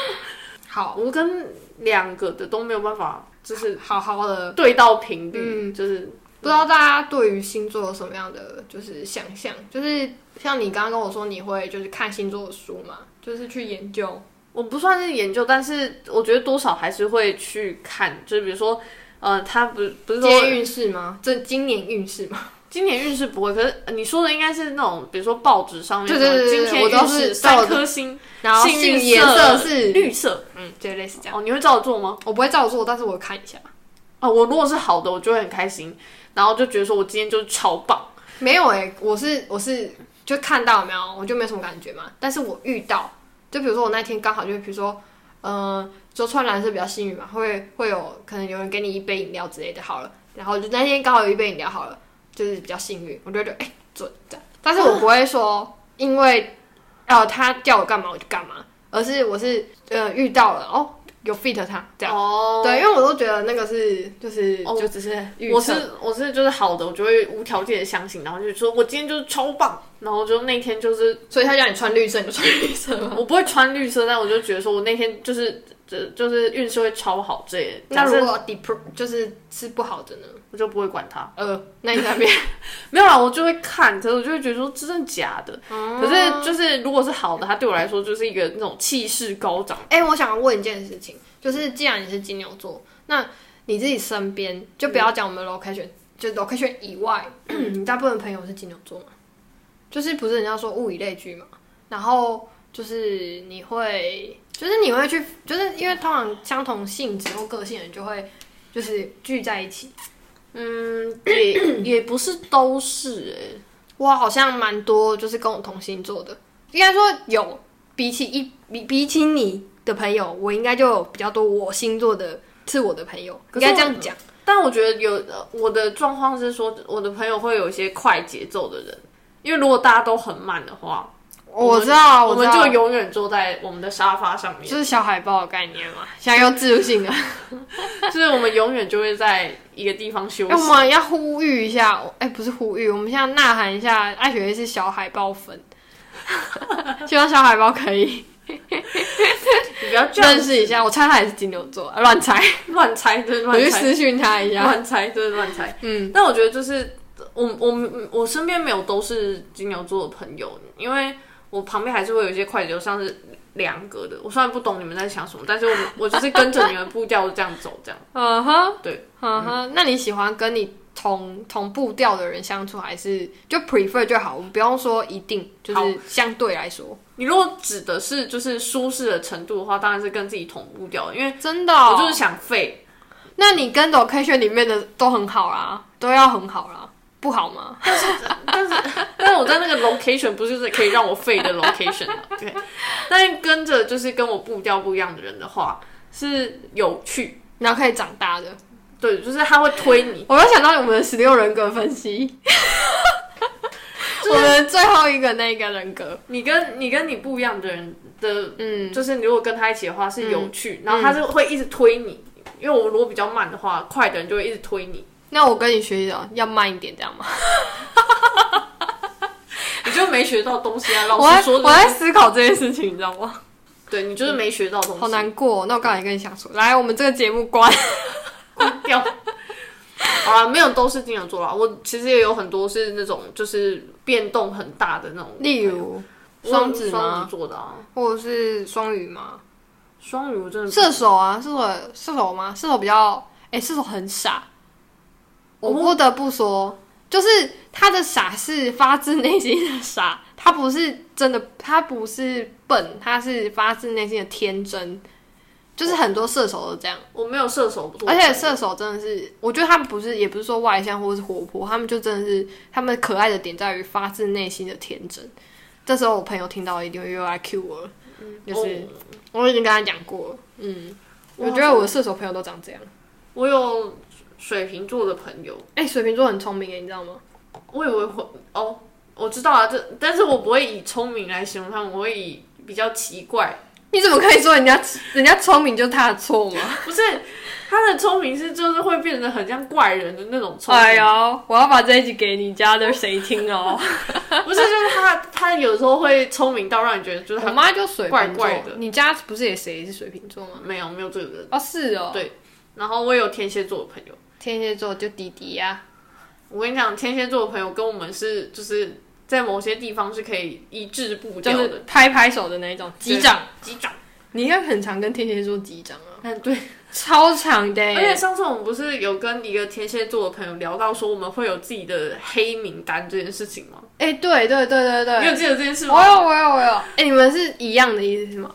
Speaker 1: 好，
Speaker 2: 我跟两个的都没有办法，就是
Speaker 1: 好好的。
Speaker 2: 对到频
Speaker 1: 嗯
Speaker 2: 率，就是
Speaker 1: 不知道大家对于星座有什么样的就是想象？就是像你刚刚跟我说，你会就是看星座的书嘛，就是去研究。
Speaker 2: 我不算是研究，但是我觉得多少还是会去看，就是比如说，呃，他不不是
Speaker 1: 今天
Speaker 2: 说
Speaker 1: 运势吗？这今年运势吗？
Speaker 2: 今年运势不会，可是呃你说的应该是那种，比如说报纸上面
Speaker 1: 对对
Speaker 2: 说
Speaker 1: 对对
Speaker 2: 今
Speaker 1: 我
Speaker 2: 天
Speaker 1: 都
Speaker 2: 运
Speaker 1: 是照
Speaker 2: 势三
Speaker 1: 着
Speaker 2: 颗星，
Speaker 1: 然后
Speaker 2: 幸运
Speaker 1: 幸运颜色是
Speaker 2: 绿色，
Speaker 1: 嗯，就类似这样。
Speaker 2: 哦，你会照着做吗？
Speaker 1: 我不会照做，但是我会看一下。
Speaker 2: 啊、我如果是好的，我就会很开心，然后就觉得说我今天就是超棒。
Speaker 1: 没有哎、我是我是就看到有没有，我就没什么感觉嘛。但是我遇到，就比如说我那天刚好就比如说，嗯、就穿蓝色比较幸运嘛，会会有可能有人给你一杯饮料之类的，好了，然后就那天刚好有一杯饮料好了，就是比较幸运，我就觉得哎、准这样。但是我不会说，因为呃他叫我干嘛我就干嘛，而是我是呃遇到了哦有 fit 他这样，
Speaker 2: 哦，
Speaker 1: 对，因为我都觉得那个是就是、
Speaker 2: 哦
Speaker 1: 就只是预
Speaker 2: 我
Speaker 1: 测
Speaker 2: 是我是就是好的，我就会无条件的相信，然后就说我今天就是超棒，然后就那天就是
Speaker 1: 所以他叫你穿绿色，你就穿绿色吗？
Speaker 2: 我不会穿绿色，但我就觉得说我那天就是就就是运势会超好这类的，
Speaker 1: 那
Speaker 2: 但是
Speaker 1: 如果 depro 就是是不好的呢？
Speaker 2: 我就不会管它。
Speaker 1: 呃，那你那 边
Speaker 2: 没有啦，我就会看，可是我就会觉得说真的假的。
Speaker 1: 哦
Speaker 2: 可是就是如果是好的，它对我来说就是一个那种气势高涨。
Speaker 1: 哎、我想要问一件事情，就是既然你是金牛座，那你自己身边就不要讲我们 location，、就 location 以 外，你大部分朋友是金牛座吗？就是不是人家说物以类聚嘛？然后就是你会，就是你会去，就是因为通常相同性质或个性的人就会就是聚在一起。
Speaker 2: 嗯，也 也不是都是哎、
Speaker 1: 我好像蛮多就是跟我同星座的，应该说有比起一比比起你的朋友，我应该就有比较多我星座的是我的朋友，应
Speaker 2: 可是
Speaker 1: 该
Speaker 2: 我
Speaker 1: 这样讲。
Speaker 2: 但我觉得有呃我的状况是说，我的朋友会有一些快节奏的人，因为如果大家都很慢的话，
Speaker 1: 啊我知道，
Speaker 2: 我
Speaker 1: 知
Speaker 2: 们
Speaker 1: 道
Speaker 2: 就永远坐在我们的沙发上面，
Speaker 1: 就是小海豹的概念嘛，现在又自由啊性了。
Speaker 2: 就是我们永远就会在一个地方 休
Speaker 1: 哎我
Speaker 2: 息。
Speaker 1: 们要呼吁一下，哎、不是呼吁，我们现在呐喊一下，艾雪莉是小海豹粉， 希望小海豹可以
Speaker 2: 你不要这
Speaker 1: 认
Speaker 2: 样
Speaker 1: 识一下。我猜他也是金牛座，啊乱猜，
Speaker 2: 乱猜，真的
Speaker 1: 我去
Speaker 2: 乱猜，
Speaker 1: 私讯他一下。
Speaker 2: 乱猜，真的乱猜。
Speaker 1: 嗯，
Speaker 2: 但我觉得就是我我我身边没有都是金牛座的朋友，因为我旁边还是会有一些快节奏，像是两格的。我虽然不懂你们在想什么，但是我 我就是跟着你们步调这样走，这样。
Speaker 1: 嗯哼，
Speaker 2: 对，
Speaker 1: 嗯哼。那你喜欢跟你同同步调的人相处，还是就 prefer 就好？我们不用说一定，就是相对来说，
Speaker 2: 你如果指的是就是舒适的程度的话，当然是跟自己同步调，因为
Speaker 1: 真的哦、
Speaker 2: 我就是想废。
Speaker 1: 那你跟 location 里面的都很好啦，都要很好啦，不好吗？
Speaker 2: 但是我在那个 location 不是可以让我废的 location 啊，对。但是跟着就是跟我步调不一样的人的话，是有趣，
Speaker 1: 然后可以长大的。
Speaker 2: 对，就是他会推你，
Speaker 1: 我又想到我们的十六人格分 析，我们最后一个那一个人格，
Speaker 2: 你跟你跟你不一样的人的，
Speaker 1: 嗯，
Speaker 2: 就是你如果跟他一起的话是有趣，然后他是会一直推你，因为我如果比较慢的话，快的人就会一直推你，
Speaker 1: 那我跟你学习的要慢一点，这样吗？
Speaker 2: 你就没学到东西啊。
Speaker 1: 我
Speaker 2: 老
Speaker 1: 在
Speaker 2: 师说
Speaker 1: 我
Speaker 2: 的，
Speaker 1: 在思考这件事情，你知道吗？
Speaker 2: 对你就是没学到东西，
Speaker 1: 好难过哦、那我刚才跟你相处，来，我们这个节目关。
Speaker 2: 关掉。好了，没有都是金牛座啦，我其实也有很多是那种就是变动很大的那种，
Speaker 1: 例如
Speaker 2: 我
Speaker 1: 双子
Speaker 2: 双子
Speaker 1: 吗？
Speaker 2: 座的啊，
Speaker 1: 或者是双鱼吗？
Speaker 2: 双鱼我真的
Speaker 1: 射手啊，射手射手吗？射手比较，哎、射手很傻。我不得不说，就是他的傻是发自内心的傻，他不是真的，他不是笨，他是发自内心的天真。就是很多射手都这样，
Speaker 2: 我没有射手座，
Speaker 1: 而且射手真的是，我觉得他们不是，也不是说外向或是活泼，他们就真的是，他们可爱的点在于发自内心的天真。这时候我朋友听到一定会又来 cue 我了，就是、我已经跟他讲过了，嗯，
Speaker 2: 我
Speaker 1: 我觉得我的射手朋友都长这样。
Speaker 2: 我有水瓶座的朋友，
Speaker 1: 哎、水瓶座很聪明耶，你知道吗？
Speaker 2: 我以为会哦，我知道啊，这但是我不会以聪明来形容他们，我会以比较奇 怪，
Speaker 1: 你怎么可以说人家人家聪明就是他的错吗？
Speaker 2: 不是他的聪明是就是会变得很像怪人的那种聪明，
Speaker 1: 哎呦，我要把这一集给你家的谁听 哦？
Speaker 2: 不是就是他他有时候会聪明到让你觉得就是
Speaker 1: 我
Speaker 2: 他
Speaker 1: 妈就水瓶座，
Speaker 2: 怪怪的
Speaker 1: 你家不是也谁是水瓶座吗？
Speaker 2: 没有没有这个人，
Speaker 1: 哦，是哦，
Speaker 2: 对然后我也有天蝎座的朋友。
Speaker 1: 天蝎座就弟弟啊呀、
Speaker 2: 我跟你讲，天蝎座的朋友跟我们是就是在某些地方是可以一致步
Speaker 1: 就
Speaker 2: 调的，啊
Speaker 1: 是拍拍手的那一种击掌。
Speaker 2: 击掌。
Speaker 1: 你应该很常跟天蝎座击掌啊，
Speaker 2: 嗯，对。
Speaker 1: 超长的耶。欸
Speaker 2: 而且上次我们不是有跟一个天蝎座的朋友聊到说我们会有自己的黑名单这件事情吗？
Speaker 1: 哎、对对对对
Speaker 2: 你
Speaker 1: 对，
Speaker 2: 有记得这件事
Speaker 1: 我
Speaker 2: 吗？
Speaker 1: 有我有我有。哎、你们是一样的意思是吗？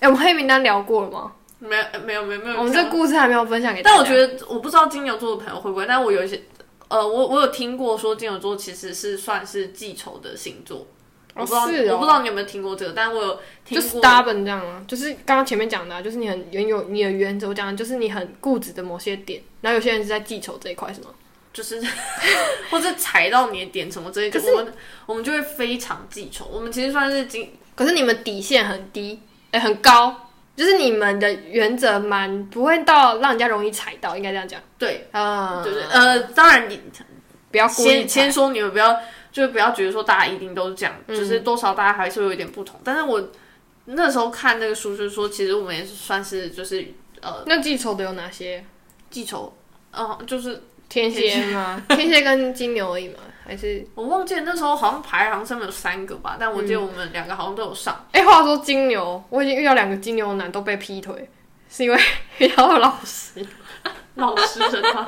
Speaker 1: 哎、我们黑名单聊过了吗？
Speaker 2: 没有，呃没有，没有，没有。
Speaker 1: 我们这个故事还没有分享给大
Speaker 2: 但
Speaker 1: 家。
Speaker 2: 我觉得我不知道金牛座的朋友会不会，但我有一些，呃，我我有听过说金牛座其实是算是记仇的星座。我不知道，
Speaker 1: 哦是哦
Speaker 2: 我不知道你有没有听过这个，但我有听
Speaker 1: 就
Speaker 2: 过。
Speaker 1: stubborn 这样啊，就是刚刚前面讲的、啊，就是你很原有你的原则，我讲的就是你很固执的某些点，然后有些人是在记仇这一块，是吗？
Speaker 2: 就是或者踩到你的点什么之类的，我们我们就会非常记仇。我们其实算是金，
Speaker 1: 可是你们底线很低，哎、很高，就是你们的原则蛮不会到让人家容易踩到，应该这样讲。
Speaker 2: 对
Speaker 1: 啊、
Speaker 2: 对对，呃，当然你
Speaker 1: 不要故意
Speaker 2: 先
Speaker 1: 踩。
Speaker 2: 先说你们不要，就是不要觉得说大家一定都是这样，
Speaker 1: 嗯
Speaker 2: 就是多少大家还是会有一点不同。但是我那时候看那个书就是说，其实我们也是算是就是呃
Speaker 1: 那记仇的有哪些？
Speaker 2: 记仇，嗯、就是
Speaker 1: 天蝎吗？ 天蝎跟金牛而已吗？还是？
Speaker 2: 我忘记了那时候好像排行上面有三个吧，但我
Speaker 1: 嗯
Speaker 2: 记得我们两个好像都有上。
Speaker 1: 哎、话说金牛，我已经遇到两个金牛男都被劈腿，是因为 遇到老师。
Speaker 2: 老师 真的，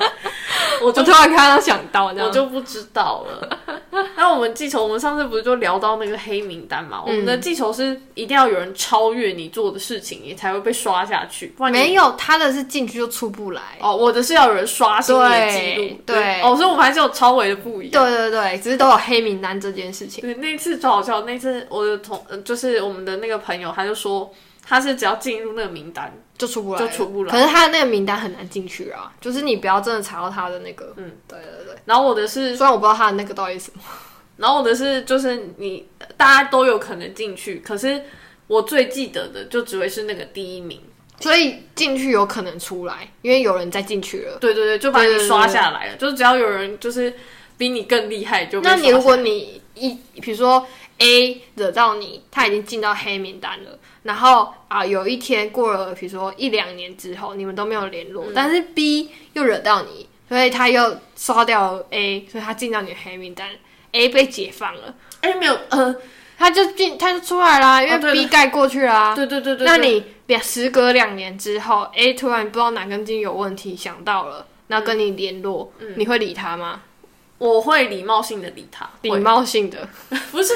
Speaker 1: 我
Speaker 2: 我就
Speaker 1: 突然看到想到这样
Speaker 2: 我。就不知道了。 那我们记仇，我们上次不是就聊到那个黑名单嘛？
Speaker 1: 嗯
Speaker 2: 我们的记仇是一定要有人超越你做的事情，你才会被刷下去，不然你
Speaker 1: 没有，他的是进去就出不来。
Speaker 2: 哦，我的是要有人刷新你的记录，
Speaker 1: 对对
Speaker 2: 哦，所以我们还是有超微的不一样。
Speaker 1: 对对对，只是都有黑名单这件事情。
Speaker 2: 对，那次超好笑，那次我的同呃就是我们的那个朋友，他就说他是只要进入那个名单，
Speaker 1: 就出不来了，
Speaker 2: 就出不来
Speaker 1: 可是他的那个名单很难进去啊，就是你不要真的查到他的那个。嗯，对对对。
Speaker 2: 然后我的是，
Speaker 1: 虽然我不知道他的那个到底是什么，
Speaker 2: 然后我的是就是你大家都有可能进去，可是我最记得的就只会是那个第一名。
Speaker 1: 所以进去有可能出来，因为有人再进去了。
Speaker 2: 对对对，就把你
Speaker 1: 对对对
Speaker 2: 刷下来了。就是只要有人就是比你更厉害，就被
Speaker 1: 那你
Speaker 2: 刷
Speaker 1: 如果
Speaker 2: 下来
Speaker 1: 你一比如说 A 惹到你，他已经进到黑名单了，然后啊有一天过了，比如说一两年之后，你们都没有联
Speaker 2: 嗯
Speaker 1: 络，但是 B 又惹到你，所以他又刷掉了 A，所以他进到你的黑名单，A 被解放了。
Speaker 2: 哎、没有呃
Speaker 1: 他就进他就出来啦，因
Speaker 2: 哦对
Speaker 1: 为 B 盖过去啦。
Speaker 2: 对对对对，
Speaker 1: 那
Speaker 2: 对
Speaker 1: 你两时隔两年之后，A 突然不知道哪根筋有问题，想到了，那跟你联络，
Speaker 2: 嗯
Speaker 1: 你会理他吗？
Speaker 2: 我会礼貌性的理他，
Speaker 1: 礼貌性的，
Speaker 2: 不是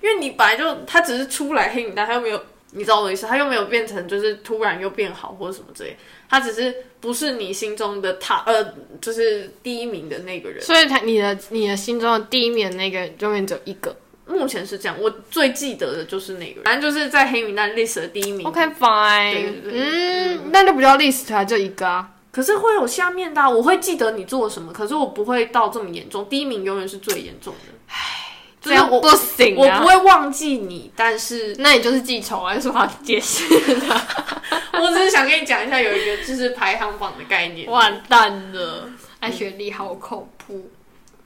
Speaker 2: 因为你本来就他只是出来黑你单，他又没有，你知道我的意思，他又没有变成就是突然又变好或者什么之类，他只是不是你心中的他，呃，就是第一名的那个人。
Speaker 1: 所以他你的你的心中的第一名的那个人永远只有一个。
Speaker 2: 目前是这样，我最记得的就是那个人，反正就是在黑名单 list 的第一名。
Speaker 1: OK fine，
Speaker 2: 对对对
Speaker 1: 嗯，那就不叫 list 啊，就一个啊。
Speaker 2: 可是会有下面的啊、我会记得你做了什么，可是我不会到这么严重。第一名永远是最严重的，
Speaker 1: 这
Speaker 2: 就是
Speaker 1: 样
Speaker 2: 我
Speaker 1: 不行
Speaker 2: 我
Speaker 1: 啊
Speaker 2: 不！会忘记你，但 是
Speaker 1: 那你就是记仇啊，还是 说解释？
Speaker 2: 我只是想跟你讲一下有一个就是排行榜的概念。
Speaker 1: 完蛋了，艾哎雪莉好恐怖。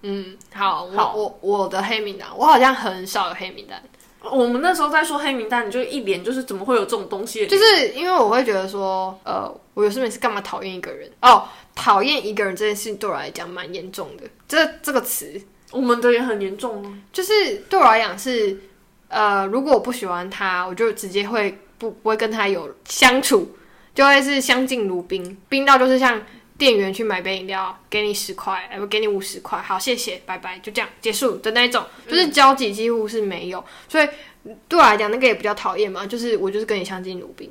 Speaker 1: 嗯，好，我
Speaker 2: 好
Speaker 1: 我我的黑名单，我好像很少有黑名单，
Speaker 2: 我们那时候在说黑名单，你就一脸就是怎么会有这种东西？
Speaker 1: 就是因为我会觉得说，呃，我有时候每次干嘛讨厌一个人？哦，讨厌一个人这件事情对我来讲蛮严重的，这这个词
Speaker 2: 我们的也很严重啊。
Speaker 1: 就是对我来讲是，呃，如果我不喜欢他，我就直接会不不会跟他有相处，就会是相敬如宾，宾到就是像店员去买杯饮料，给你十块，哎，不给你五十块，好，谢谢，拜拜，就这样结束的那一种，就是交集几乎是没有，所以对我来讲那个也比较讨厌嘛，就是我就是跟你相敬如宾，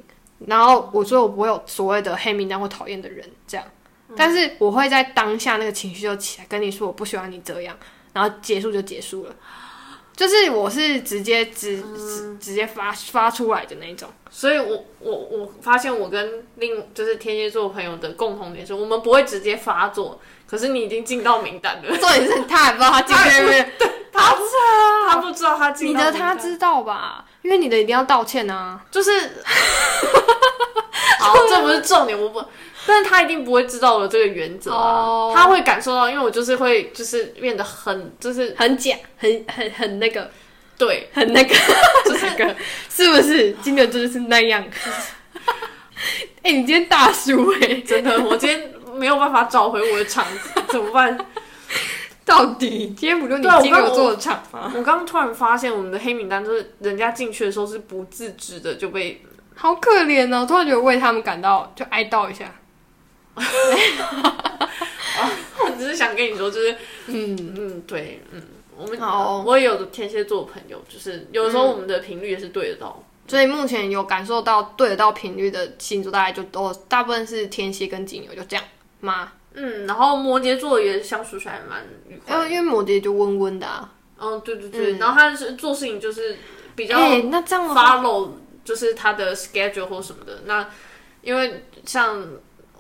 Speaker 1: 然后我说我不会有所谓的黑名单或讨厌的人这样。但是我会在当下那个情绪就起来，跟你说我不喜欢你这样，然后结束就结束了。就是我是直接直直直接发发出来的那一种，
Speaker 2: 所以我我我发现我跟另就是天蝎座朋友的共同点是，我们不会直接发作，可是你已经进到名单了。
Speaker 1: 重点是他还不知道他进去没 有，
Speaker 2: 他知道，他不知道他进
Speaker 1: 啊你
Speaker 2: 到
Speaker 1: 的
Speaker 2: 名
Speaker 1: 他
Speaker 2: 单，
Speaker 1: 知道吧？因为你的一定要道歉啊，
Speaker 2: 就是 好，这不是重点，我不，但是他一定不会知道我的这个原则啊，
Speaker 1: 哦
Speaker 2: 他会感受到，因为我就是会就是变得很就是
Speaker 1: 很假，很很很那个，
Speaker 2: 对，
Speaker 1: 很那个， 就是那个，是不是？金牛座就是那样。 哎、你今天大叔哎、
Speaker 2: 真的，我今天没有办法找回我的场子，怎么办？
Speaker 1: 到底今天不就你
Speaker 2: 对啊我
Speaker 1: 金
Speaker 2: 刚
Speaker 1: 牛座的场 吗？
Speaker 2: 我刚刚突然发现，我们的黑名单就是人家进去的时候是不自知的就被，
Speaker 1: 好可怜哦！突然觉得为他们感到就哀悼一下。
Speaker 2: 我只是想跟你说，就是
Speaker 1: 嗯，
Speaker 2: 嗯，对，嗯，我们
Speaker 1: 好哦
Speaker 2: 我也有天蝎座朋友，就是有的时候我们的频率也是对得到，
Speaker 1: 所以目前有感受到对得到频率的星座，大概就都大部分是天蝎跟金牛，就这样吗？
Speaker 2: 嗯，然后摩羯座也相处起来蛮愉快
Speaker 1: 哎因
Speaker 2: 的，
Speaker 1: 为因为摩羯就温温的啊。
Speaker 2: 嗯，对对对，然后他是做事情就是比较
Speaker 1: 哎、那这样的话，
Speaker 2: follow 就是他的 schedule 或什么的。那因为像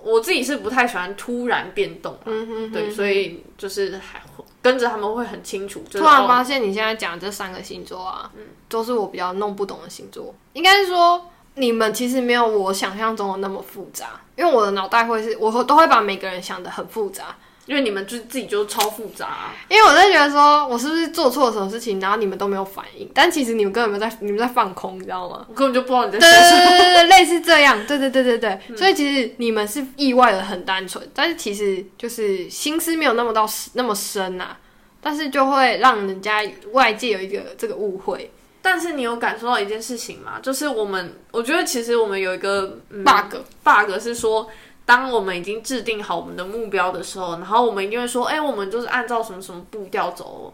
Speaker 2: 我自己是不太喜欢突然变动、啊，
Speaker 1: 嗯哼
Speaker 2: 对，所以就是还会跟着他们会很清楚，就是
Speaker 1: 突然
Speaker 2: 哦嗯
Speaker 1: 发现你现在讲这三个星座啊，都是我比较弄不懂的星座。应该是说你们其实没有我想象中的那么复杂，因为我的脑袋会是，我都会把每个人想的很复杂，
Speaker 2: 因为你们就自己就超复杂啊、
Speaker 1: 因为我在觉得说我是不是做错了什么事情，然后你们都没有反应，但其实你们根本没有在，你们在放空，你知道吗？
Speaker 2: 我根本就不知道你在
Speaker 1: 对
Speaker 2: 说什么。
Speaker 1: 对对对，类似这样，对对对对对。所以其实你们是意外的很单纯，但是其实就是心思没有那么到那么深啊，但是就会让人家外界有一个这个误会
Speaker 2: 但是你有感受到一件事情吗？就是我们，我觉得其实我们有一个、嗯、
Speaker 1: bug。
Speaker 2: bug 是说，当我们已经制定好我们的目标的时候，然后我们一定会说，哎、我们就是按照什么什么步调走哦。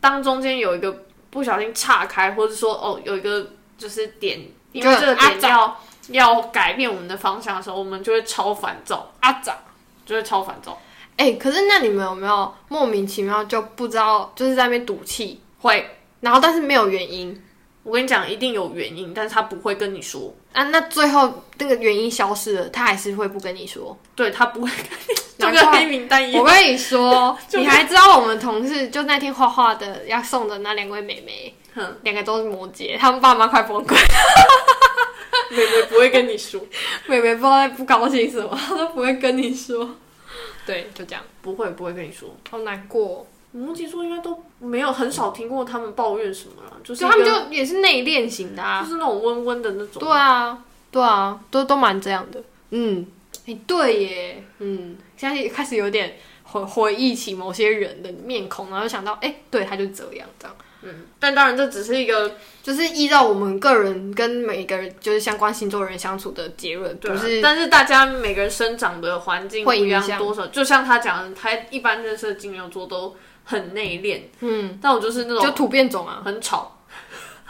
Speaker 2: 当中间有一个不小心岔开，或者说哦，有一个就是点，因为这个点
Speaker 1: 就
Speaker 2: 要、要改变我们的方向的时候，我们就会超烦躁，
Speaker 1: 阿长，
Speaker 2: 就会超烦躁。
Speaker 1: 哎、可是那你们有没有莫名其妙就不知道，就是在那边赌气，
Speaker 2: 会，
Speaker 1: 然后但是没有原因
Speaker 2: 我跟你讲，一定有原因，但是他不会跟你说，
Speaker 1: 啊？那最后那个原因消失了，他还是会不跟你 说。
Speaker 2: 对他不会跟你，就
Speaker 1: 难
Speaker 2: 跟
Speaker 1: 怪
Speaker 2: 黑名 单一样。
Speaker 1: 我跟你 说，你还知道我们同事就那天画画的要送的那两位妹妹
Speaker 2: 哼，
Speaker 1: 两个都是摩羯，他们爸妈快崩溃，
Speaker 2: 妹妹不会跟你说，
Speaker 1: 妹妹不知道在不高兴什么，她都不会跟你说。对，就这样，
Speaker 2: 不会不会跟你说。
Speaker 1: 好难过。
Speaker 2: 摩羯座应该都没有很少听过他们抱怨什么了，就是
Speaker 1: 就
Speaker 2: 一
Speaker 1: 他
Speaker 2: 个
Speaker 1: 们就也是内敛型的啊
Speaker 2: 就。是那种温温的那种。
Speaker 1: 对啊，对啊，都都蛮这样的。嗯，哎、对耶，嗯，现在开始有点回回忆起某些人的面孔，然后就想到，哎、对，他就这样这样。
Speaker 2: 嗯，但当然这只是一个
Speaker 1: 就是依照我们个人跟每个人就是相关星座人相处的结论，
Speaker 2: 对
Speaker 1: 不
Speaker 2: 啊
Speaker 1: 是
Speaker 2: 但是大家每个人生长的环境不
Speaker 1: 会
Speaker 2: 一
Speaker 1: 影
Speaker 2: 样
Speaker 1: 响，
Speaker 2: 多少就像他讲的，他一般认识的金牛座都很内敛，嗯，但我就是那
Speaker 1: 就
Speaker 2: 种
Speaker 1: 突变种啊。
Speaker 2: 很吵，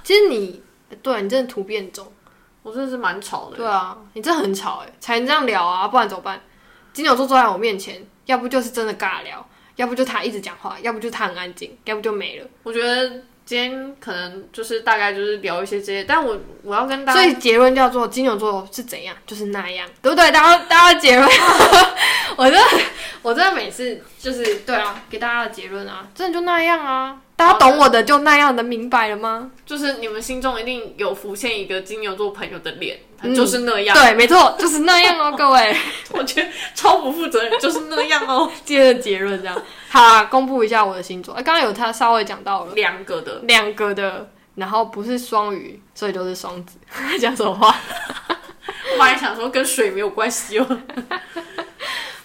Speaker 1: 其实你对你真的突变种，
Speaker 2: 我真的是蛮吵的。
Speaker 1: 对啊，你真的很吵哎、才能这样聊啊，不然怎么办？金牛座坐在我面前，要不就是真的尬聊，要不就他一直讲话，要不就他很安静，要不就没了。
Speaker 2: 我觉得今天可能就是大概就是聊一些这些，但我我要跟大
Speaker 1: 所
Speaker 2: 家
Speaker 1: 以结论叫做金牛座是怎样，就是那样，对不对？大家大家的结论， 我真的我真的每次就是对啊，给大家的结论啊，真的就那样啊。大家懂我的就那样的，明白了吗？
Speaker 2: 就是你们心中一定有浮现一个金牛座朋友的脸，他
Speaker 1: 嗯
Speaker 2: 就是那样，
Speaker 1: 对，没错，就是那样 哦，各位。
Speaker 2: 我觉得超不负责任，就是那样 哦。
Speaker 1: 接着结论这样，好啦，公布一下我的星座。哎、刚刚有他稍微讲到了
Speaker 2: 两个的，
Speaker 1: 两个的，然后不是双鱼，所以就是双子。讲什么话？
Speaker 2: 我本来想说跟水没有关系哦，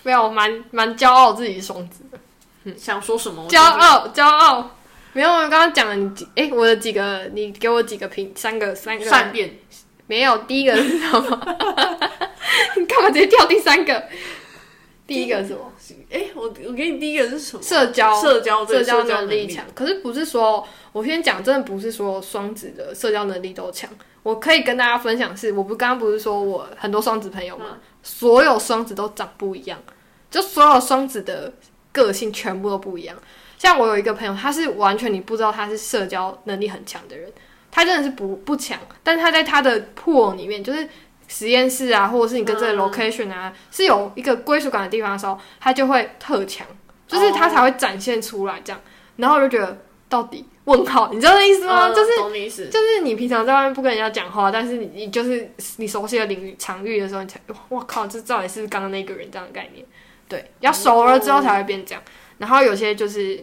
Speaker 1: 没有，我蛮蛮骄傲自己是双子。
Speaker 2: 想说什么我就
Speaker 1: 骄傲，骄傲。没有，我刚刚讲了你几，哎、我的几个，你给我几个评，三个，三个，
Speaker 2: 善变，
Speaker 1: 没有，第一个是什么？ 你干嘛直接跳第三个？第一个是什么？
Speaker 2: 哎，我我给你第一个是什么？
Speaker 1: 社交，
Speaker 2: 社交对
Speaker 1: 社交
Speaker 2: 能
Speaker 1: 能力强。可是不是说，我先讲，真的不是说双子的社交能力都强。我可以跟大家分享是，我不刚刚不是说我很多双子朋友吗？
Speaker 2: 嗯
Speaker 1: 所有双子都长不一样，就所有双子的个性全部都不一样。像我有一个朋友，他是完全你不知道他是社交能力很强的人，他真的是不不强，但是他在他的 pool 里面，就是实验室啊，或者是你跟这个
Speaker 2: 嗯
Speaker 1: location 啊，是有一个归属感的地方的时候，他就会特强，就是他才会展现出来这样。然后我就觉得到底问号，你知道那意思吗？
Speaker 2: 嗯
Speaker 1: 就是
Speaker 2: 懂你意思，
Speaker 1: 就是你平常在外面不跟人家讲话，但是你你就是你熟悉的领域场域的时候，你才哇哇靠，这到底是刚刚那个人这样的概念。对，要熟了之后才会变这样。然后有些就是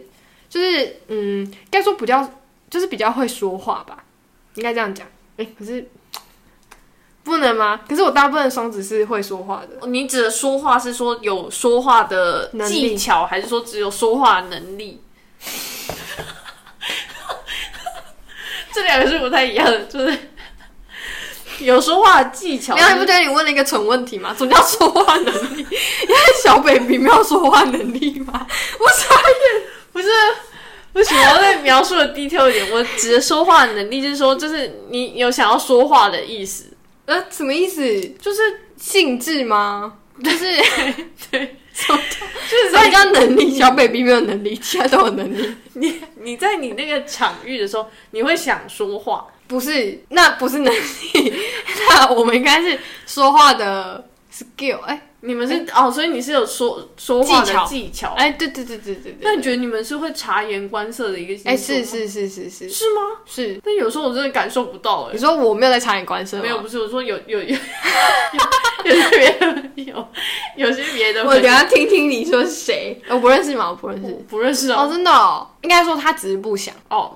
Speaker 1: 就是嗯，应该说比较就是比较会说话吧，应该这样讲。哎、可是不能吗？可是我大部分的双子是会说话的，
Speaker 2: 你指的说话是说有说话的
Speaker 1: 能力
Speaker 2: 技巧，还是说只有说话能力？ 这两个是不太一样的，就是有说话的技巧。
Speaker 1: 没有，你不觉得你问了一个蠢问题吗？什么叫说话能力？ 因为小 baby 没有说话能力吗？我傻眼。
Speaker 2: 不是，不行，我要再描述的 detail 一点。我指的说话能力就是说，就是你有想要说话的意思，
Speaker 1: 呃，什么意思？
Speaker 2: 就是
Speaker 1: 性质吗？ 就是
Speaker 2: 对，
Speaker 1: 就是所以叫能力，小 baby 没有能力，其他都有能力。
Speaker 2: 你你在你那个场域的时候，你会想说话。
Speaker 1: 不是，那不是能力， 那我们应该是说话的 skill、哎
Speaker 2: 你们是、哦，所以你是有说说话的
Speaker 1: 技巧
Speaker 2: 技巧。
Speaker 1: 哎，对对对对对
Speaker 2: 那
Speaker 1: 对。
Speaker 2: 你觉得你们是会察言观色的一个星座
Speaker 1: 哎，
Speaker 2: 吗
Speaker 1: 是是是是是
Speaker 2: 是吗？
Speaker 1: 是。
Speaker 2: 但有时候我真的感受不到哎、
Speaker 1: 你说我没有在察言观色吗？
Speaker 2: 没有，不是我说有有有有有些别的有有些别的
Speaker 1: 我等一下听听你说是谁，我不认识吗？我不认
Speaker 2: 我
Speaker 1: 识。
Speaker 2: 不认识
Speaker 1: 哦，
Speaker 2: 哦
Speaker 1: 真的哦，应该说他只是不想，
Speaker 2: 哦，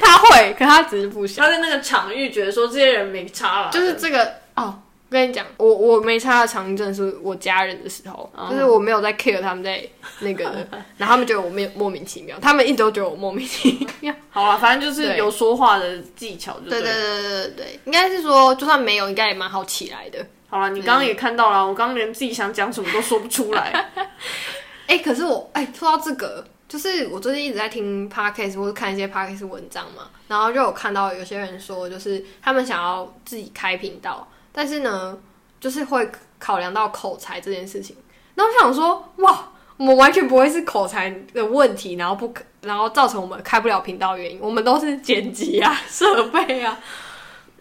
Speaker 1: 他会，可他只是不想。
Speaker 2: 他在那个场域觉得说这些人没差了，
Speaker 1: 就是这个哦，我跟你讲，我我没差的长证是我家人的时候，
Speaker 2: 哦
Speaker 1: 就是我没有在 care 他们在那个 的，然后他们觉得我莫莫名其妙，他们一直都觉得我莫名其妙。
Speaker 2: 好了，反正就是
Speaker 1: 对
Speaker 2: 有说话的技巧就
Speaker 1: 对对对对
Speaker 2: 了。
Speaker 1: 对对，应该是说就算没有，应该也蛮好起来的。
Speaker 2: 好了，你刚刚也看到了，我刚刚连自己想讲什么都说不出 来。
Speaker 1: 哎、可是我哎、说到这个，就是我最近一直在听 podcast 或者看一些 podcast 文章嘛，然后就有看到有些人说，就是他们想要自己开频道，但是呢，就是会考量到口才这件事情。那我想说，哇，我们完全不会是口才的问题，然后不可，然后造成我们开不了频道的原因，我们都是剪辑啊、 设备啊，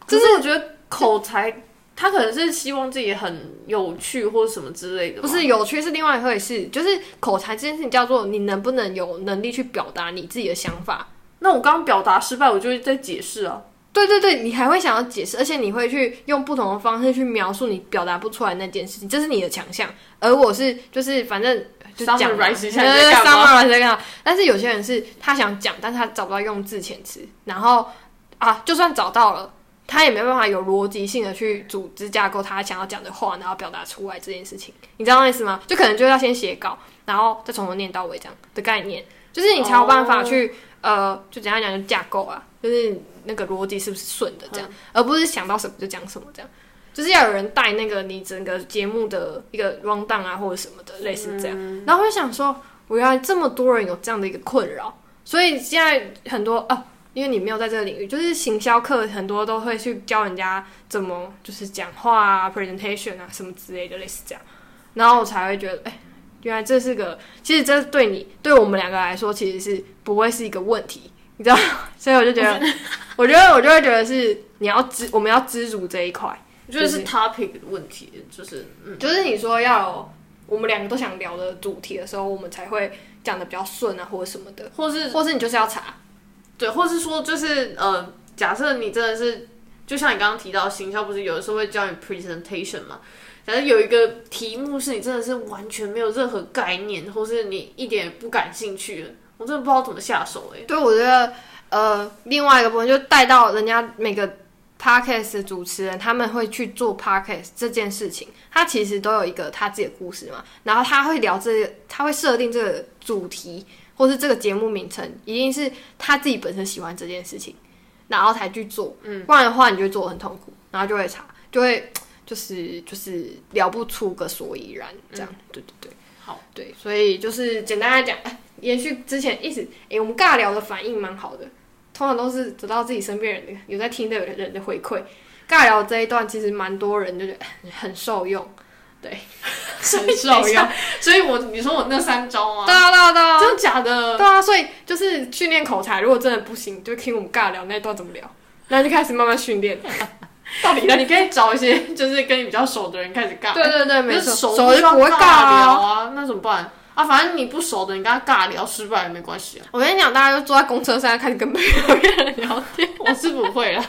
Speaker 2: 可是我觉得口才，他可能是希望自己很有趣或什么之类的
Speaker 1: 不
Speaker 2: 吧，
Speaker 1: 是有趣是另外一回事，就是口才这件事情叫做你能不能有能力去表达你自己的想法。
Speaker 2: 那我刚刚表达失败，我就会在解释啊。
Speaker 1: 对对对，你还会想要解释，而且你会去用不同的方式去描述你表达不出来那件事情，这是你的强项。而我是就是反正就讲
Speaker 2: Summarize 一下你在干嘛
Speaker 1: ，summarize 在干嘛？但是有些人是他想讲，但是他找不到用字遣词，然后啊，就算找到了，他也没办法有逻辑性的去组织架构他想要讲的话，然后表达出来这件事情，你知道那意思吗？就可能就要先写稿，然后再从头念到尾这样的概念。就是你才有办法去、呃，就简单讲就架构啊，就是那个逻辑是不是顺的这样，而不是想到什么就讲什么这样。就是要有人带那个你整个节目的一个 round down 啊，或者什么的，类似这样。然后我就想说，我原来这么多人有这样的一个困扰，所以现在很多啊，因为你没有在这个领域，就是行销课很多都会去教人家怎么就是讲话啊、presentation 啊什么之类的，类似这样。然后我才会觉得，哎、原来这是个，其实这对你对我们两个来说，其实是不会是一个问题，你知道吗？ 所以我就觉得，我觉得我就会觉得是你要知，我们要知足这一块。
Speaker 2: 我觉得是 topic 的问题，就是嗯，
Speaker 1: 就是你说要有我们两个都想聊的主题的时候，我们才会讲的比较顺啊，或者什么的，
Speaker 2: 或是
Speaker 1: 或是你就是要查，
Speaker 2: 对，或是说就是呃，假设你真的是，就像你刚刚提到行销，不是有的时候会教你 presentation 嘛？假设有一个题目是你真的是完全没有任何概念，或是你一点也不感兴趣的，我真的不知道怎么下手 哎、
Speaker 1: 对，我觉得呃，另外一个部分就带到人家每个 podcast 的主持人，他们会去做 podcast 这件事情，他其实都有一个他自己的故事嘛，然后他会聊这个，他会设定这个主题或是这个节目名称，一定是他自己本身喜欢这件事情，然后才去做，嗯，不然的话你就会做得很痛苦，然后就会查，就会就是就是聊不出个所以然，这样，对对对。
Speaker 2: 好，
Speaker 1: 对，所以就是简单来讲，哎延续之前一直，哎、我们尬聊的反应蛮好的，通常都是得到自己身边人的有在听的人的回馈。尬聊这一段其实蛮多人就觉得哎很受用，很受
Speaker 2: 所以
Speaker 1: 用。
Speaker 2: 所以我你说我那三招吗？
Speaker 1: 对啊，对啊，对啊，
Speaker 2: 真的假的？
Speaker 1: 对啊，所以就是训练口才，如果真的不行，就听我们尬聊那一段怎么聊，那就开始慢慢训练。
Speaker 2: 到底呢？你可以找一些就是跟你比较熟的人开始尬，
Speaker 1: 对对对，没
Speaker 2: 就
Speaker 1: 错，
Speaker 2: 是熟
Speaker 1: 手就
Speaker 2: 不
Speaker 1: 不会
Speaker 2: 尬
Speaker 1: 尬啊
Speaker 2: 聊。啊，那怎么办啊？反正你不熟的，你跟他尬聊失败也没关 系啊。
Speaker 1: 我跟你讲，大家就坐在公车上开始跟别人聊天。
Speaker 2: 我是不会啦，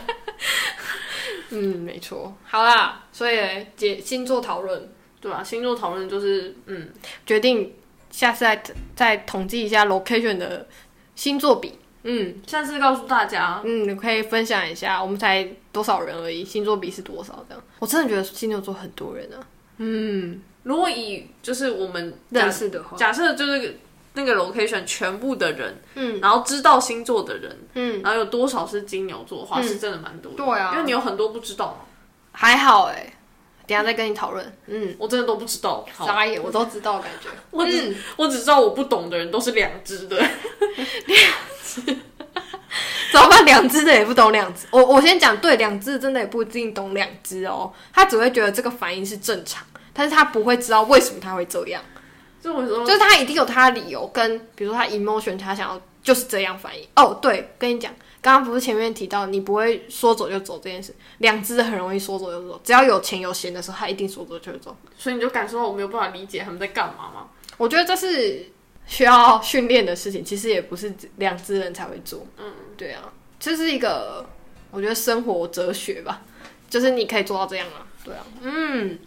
Speaker 1: 嗯，没错。好啦，所以嘞解星座讨论，
Speaker 2: 对吧、星座讨论就是嗯，
Speaker 1: 决定下次再再统计一下 location 的星座比。嗯
Speaker 2: 下次告诉大家，
Speaker 1: 嗯，你可以分享一下，我们才多少人而已，星座比是多少？这样，我真的觉得金牛座很多人啊。嗯，
Speaker 2: 如果以就是我们假
Speaker 1: 认识的话，
Speaker 2: 假设就是那个 location 全部的人，
Speaker 1: 嗯，
Speaker 2: 然后知道星座的人，
Speaker 1: 嗯，
Speaker 2: 然后有多少是金牛座的话，
Speaker 1: 嗯
Speaker 2: 是真的蛮多的。
Speaker 1: 对啊
Speaker 2: 因为你有很多不知道嘛，
Speaker 1: 还好哎、等一下再跟你讨论。嗯，
Speaker 2: 我真的都不知道。好，
Speaker 1: 傻眼，我都知道感觉。
Speaker 2: 我只、我只知道我不懂的人都是两只的。
Speaker 1: 怎么办？两只的也不懂两只。我我先讲，对，两只真的也不一定懂两只哦。他只会觉得这个反应是正常，但是他不会知道为什么他会这样。
Speaker 2: 就我说，
Speaker 1: 就是他一定有他的理由，跟比如说他 emotion，他想要就是这样反应。哦，对，跟你讲，刚刚不是前面提到你不会说走就走这件事，两只很容易说走就走，只要有钱有闲的时候，他一定说走就走。
Speaker 2: 所以你就感受到我没有办法理解他们在干嘛嘛。
Speaker 1: 我觉得这是需要训练的事情，其实也不是两只人才会做。嗯，对啊，这是一个我觉得生活哲学吧，就是你可以做到这样啊。对啊，嗯，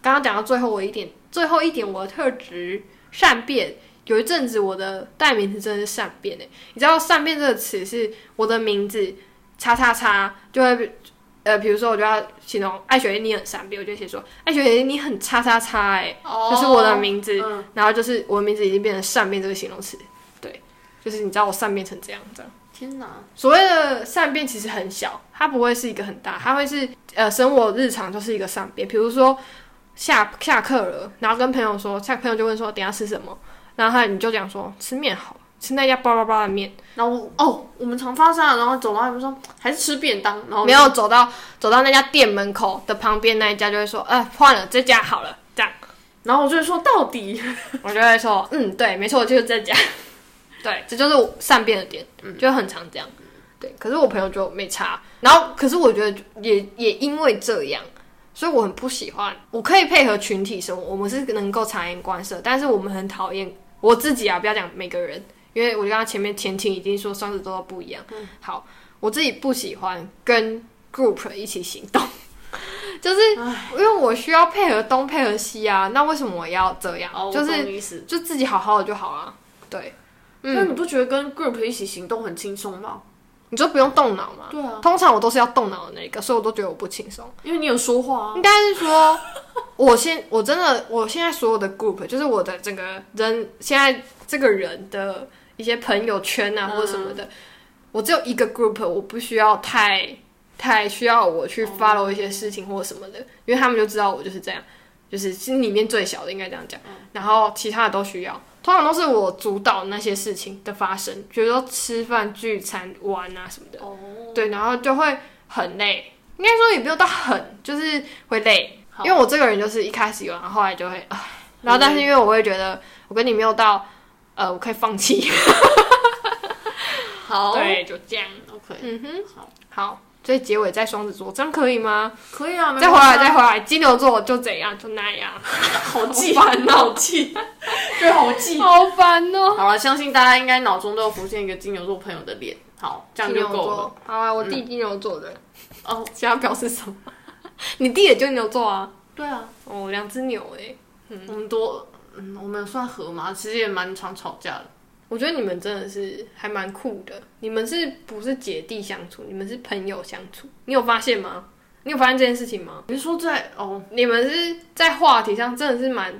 Speaker 1: 刚刚讲到最后我一点，最后一点我的特质善变。有一阵子我的代名词真的是善变哎、你知道善变这个词是我的名字叉叉叉就会被呃，比如说我就要形容艾雪莉你很善变，我就写说艾雪莉你很叉叉叉哎、呃
Speaker 2: 哦
Speaker 1: 就是我的名字，
Speaker 2: 嗯
Speaker 1: 然后就是我的名字已经变成善变这个形容词，对，就是你知道我善变成这样这样。
Speaker 2: 天哪，
Speaker 1: 所谓的善变其实很小，它不会是一个很大，它会是呃生活日常就是一个善变。比如说下下课了，然后跟朋友说，下朋友就问说等一下吃什么，然后他你就讲说吃面好了，吃那家叭叭叭的面，
Speaker 2: 然后我哦，我们常发生啊，然后走到他们说还是吃便当，然后
Speaker 1: 没有走到走到那家店门口的旁边那一家就会说，呃换了这家好了，这样
Speaker 2: 然后我就会说到底，
Speaker 1: 我就会说嗯对，没错就是这 家，对，这就是我善变的点，
Speaker 2: 嗯
Speaker 1: 就很常这样。对，可是我朋友就没差。然后，可是我觉得也也因为这样，所以我很不喜欢。我可以配合群体生活，我们是能够察言观色，但是我们很讨厌我自己啊，不要讲每个人，因为我刚刚前面前情已经说双子座都不一样。
Speaker 2: 嗯
Speaker 1: 好，我自己不喜欢跟 group 一起行动。 就是因为我需要配合东配合西啊，那为什么我要这样？
Speaker 2: 哦，我
Speaker 1: 就
Speaker 2: 懂
Speaker 1: 是
Speaker 2: 你意思。
Speaker 1: 就自己好好的就好啊。对，嗯
Speaker 2: 那你不觉得跟 group 一起行动很轻松吗？
Speaker 1: 你就不用动脑嘛。
Speaker 2: 对啊，
Speaker 1: 通常我都是要动脑的那一个，所以我都觉得我不轻松。
Speaker 2: 因为你有说话啊。
Speaker 1: 应该是说，我现我真的我现在所有的 group，就是我的整个人现在这个人的一些朋友圈啊或者什么的，我只有一个 group，我不需要太太需要我去 follow 一些事情或什么的，因为他们就知道我就是这样，就是心里面最小的应该这样讲，然后其他的都需要，通常都是我主导那些事情的发生，比如说吃饭、聚餐、玩啊什么的，
Speaker 2: 哦，
Speaker 1: 对，然后就会很累，应该说也没有到很，就是会累，
Speaker 2: 好
Speaker 1: 因为我这个人就是一开始有，然后后来就会，唉然后但是因为我会觉得我跟你没有到，呃，我可以放弃，
Speaker 2: 好，
Speaker 1: 对，就这样，
Speaker 2: ，OK，
Speaker 1: 嗯哼，
Speaker 2: 好，
Speaker 1: 好，所以结尾在双子座，这样可以吗？
Speaker 2: 可以啊，没
Speaker 1: 再回来，
Speaker 2: 关系
Speaker 1: 再
Speaker 2: 啊
Speaker 1: 回来，金牛座就怎样就那样，
Speaker 2: 好记，
Speaker 1: 好烦哦
Speaker 2: 好 记， 对，好记。
Speaker 1: 好烦哦、
Speaker 2: 好了，相信大家应该脑中都有浮现一个金牛座朋友的脸。好，这样
Speaker 1: 金
Speaker 2: 就
Speaker 1: 牛
Speaker 2: 够了。嗯
Speaker 1: 座，好啊，我弟金牛座的，
Speaker 2: 哦，
Speaker 1: 想要表示什么？ 你弟也金牛座啊？
Speaker 2: 对啊，
Speaker 1: 哦，两只牛哎、
Speaker 2: 我们多，嗯，我们算和嘛，其实也蛮常吵架的。
Speaker 1: 我觉得你们真的是还蛮酷的，你们是不是姐弟相处？你们是朋友相处，你有发现吗？你有发现这件事情吗？
Speaker 2: 你是说在哦
Speaker 1: 你们是在话题上真的是蛮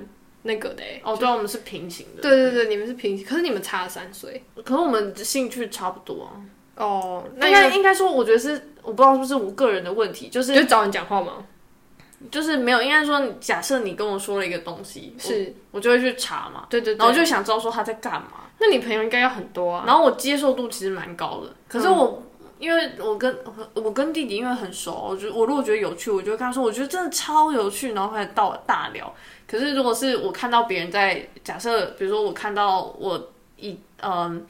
Speaker 1: 那个的、欸，
Speaker 2: 哦，对啊，我们是平行的。
Speaker 1: 对对对，你们是平，可是你们差了三岁
Speaker 2: 可是我们兴趣差不多啊。
Speaker 1: 哦，那
Speaker 2: 应该应该说，我觉得是我不知道是不是我个人的问题，就是
Speaker 1: 是就找你讲话吗？
Speaker 2: 就是没有，应该说你，假设你跟我说了一个东西，
Speaker 1: 是，
Speaker 2: 我啊就会去查嘛，
Speaker 1: 对对
Speaker 2: 然后
Speaker 1: 对，
Speaker 2: 就想知道说他在干嘛。
Speaker 1: 那你朋友应该要很多啊，
Speaker 2: 然后我接受度其实蛮高的，可是
Speaker 1: 嗯
Speaker 2: 我、因为我跟我跟弟弟因为很熟，我就我如果觉得有趣，我就会跟他说，我觉得真的超有趣，然后开始到大聊。可是如果是我看到别人在假设，比如说我看到我一嗯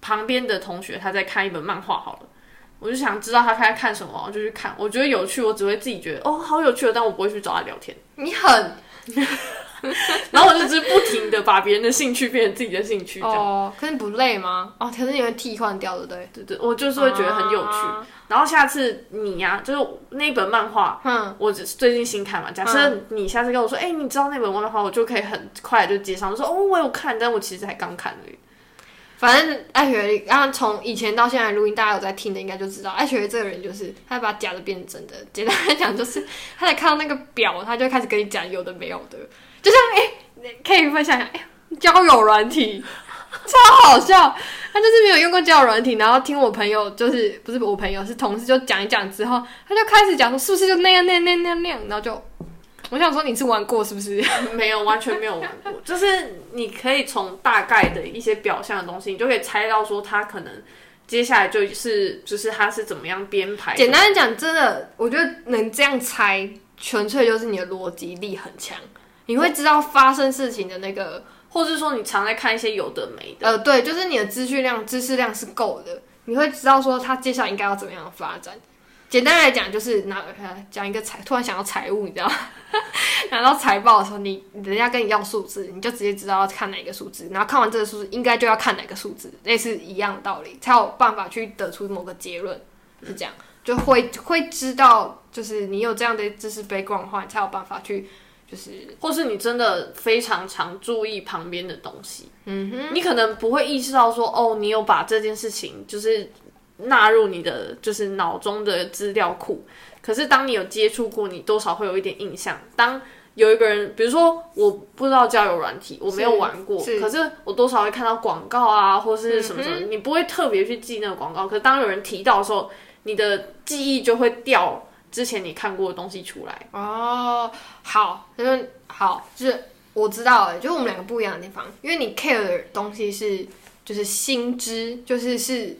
Speaker 2: 旁边的同学他在看一本漫画好了。我就想知道他在看什么，我就去看。我觉得有趣，我只会自己觉得哦，好有趣哦，但我不会去找他聊天。
Speaker 1: 你很
Speaker 2: 然后我就只是不停的把别人的兴趣变成自己的兴趣，这样。
Speaker 1: 哦，可是你不累吗？哦，可是你会替换掉，对不对？
Speaker 2: 对对，我就是会觉得很有趣。
Speaker 1: 啊
Speaker 2: 然后下次你呀、就是那本漫画，
Speaker 1: 嗯，
Speaker 2: 我只最近新看嘛。假设你下次跟我说，哎、你知道那本漫画，我就可以很快就接上，就说哦，我有看，但我其实才刚看而已。
Speaker 1: 反正哎艾雪，然后从以前到现在录音，大家有在听的应该就知道，艾雪这个人就是他把假的变成真的。简单来讲，就是他在看到那个表，他就开始跟你讲有的没有的，就像哎、可以分享一下，哎、交友软体超好笑。他就是没有用过交友软体，然后听我朋友就是不是我朋友是同事就讲一讲之后，他就开始讲说是不是就那样那样那样那样那样，然后就我想说你是玩过是不是？
Speaker 2: 没有，完全没有玩过。就是你可以从大概的一些表象的东西，你就可以猜到说他可能接下来就是就是他是怎么样编排的。
Speaker 1: 简单讲，真的，我觉得能这样猜，纯粹就是你的逻辑力很强，你会知道发生事情的那个，
Speaker 2: 或者说你常在看一些有的没的，
Speaker 1: 呃，对，就是你的资讯量、知识量是够的，你会知道说它接下来应该要怎么样发展。简单来讲，就是拿呃讲一个财，突然想到财务，你知道吗， 拿到财报的时候，你人家跟你要数字，你就直接知道要看哪个数字，然后看完这个数字，应该就要看哪个数字，类似一样的道理，才有办法去得出某个结论，是这样，就会会知道，就是你有这样的知识 background 的话，你才有办法去，就是
Speaker 2: 或是你真的非常常注意旁边的东西，嗯哼，你可能不会意识到说，哦，你有把这件事情就是纳入你的就是脑中的资料库，可是当你有接触过，你多少会有一点印象。当有一个人，比如说我不知道交友软体，我没有玩过，
Speaker 1: 是
Speaker 2: 可是我多少会看到广告啊，或是什么什么，你不会特别去记那个广告，可是当有人提到的时候，你的记忆就会掉之前你看过的东西出来。
Speaker 1: 哦，好，就是好，就是我知道了，就是我们两个不一样的地方，因为你 care 的东西是就是心知，就是是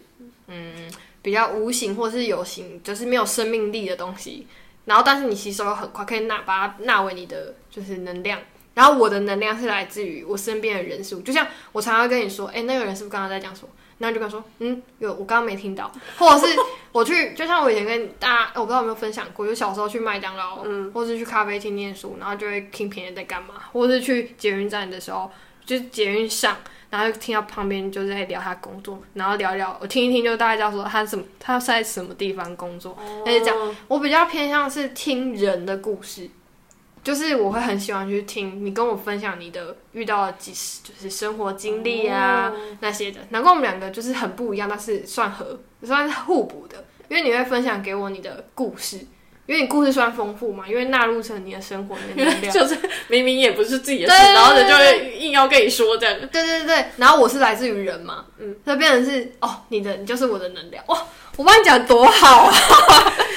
Speaker 1: 嗯比较无形或是有形，就是没有生命力的东西。然后，但是你吸收得很快，可以纳把它纳为你的就是能量。然后我的能量是来自于我身边的人事物，就像我常常会跟你说，哎、那个人是不是刚刚在讲什么？然后你就跟他说，嗯，有，我刚刚没听到，或者是我去，就像我以前跟大家，我不知道有没有分享过，就小时候去麦当劳，嗯，或是去咖啡厅念书，然后就会听别人在干嘛，或是去捷运站的时候，就是捷运上，然后就听到旁边就是在聊他工作，然后聊一聊，我听一听就大概知道说他什么，他在什么地方工
Speaker 2: 哦
Speaker 1: 作，他就讲，我比较偏向是听人的故事。就是我会很喜欢去听你跟我分享你的遇到的几十就是生活经历啊、那些的，难怪我们两个就是很不一样，但是算合算是互补的，因为你会分享给我你的故事，因为你故事算丰富嘛，因为纳入成你的生活里面的能量。
Speaker 2: 就是明明也不是自己的事，
Speaker 1: 对
Speaker 2: 然后人就会硬要跟你说这样。
Speaker 1: 对对对对，然后我是来自于人嘛，嗯，所以变成是哦，你的你就是我的能量哇！我帮你讲多好啊，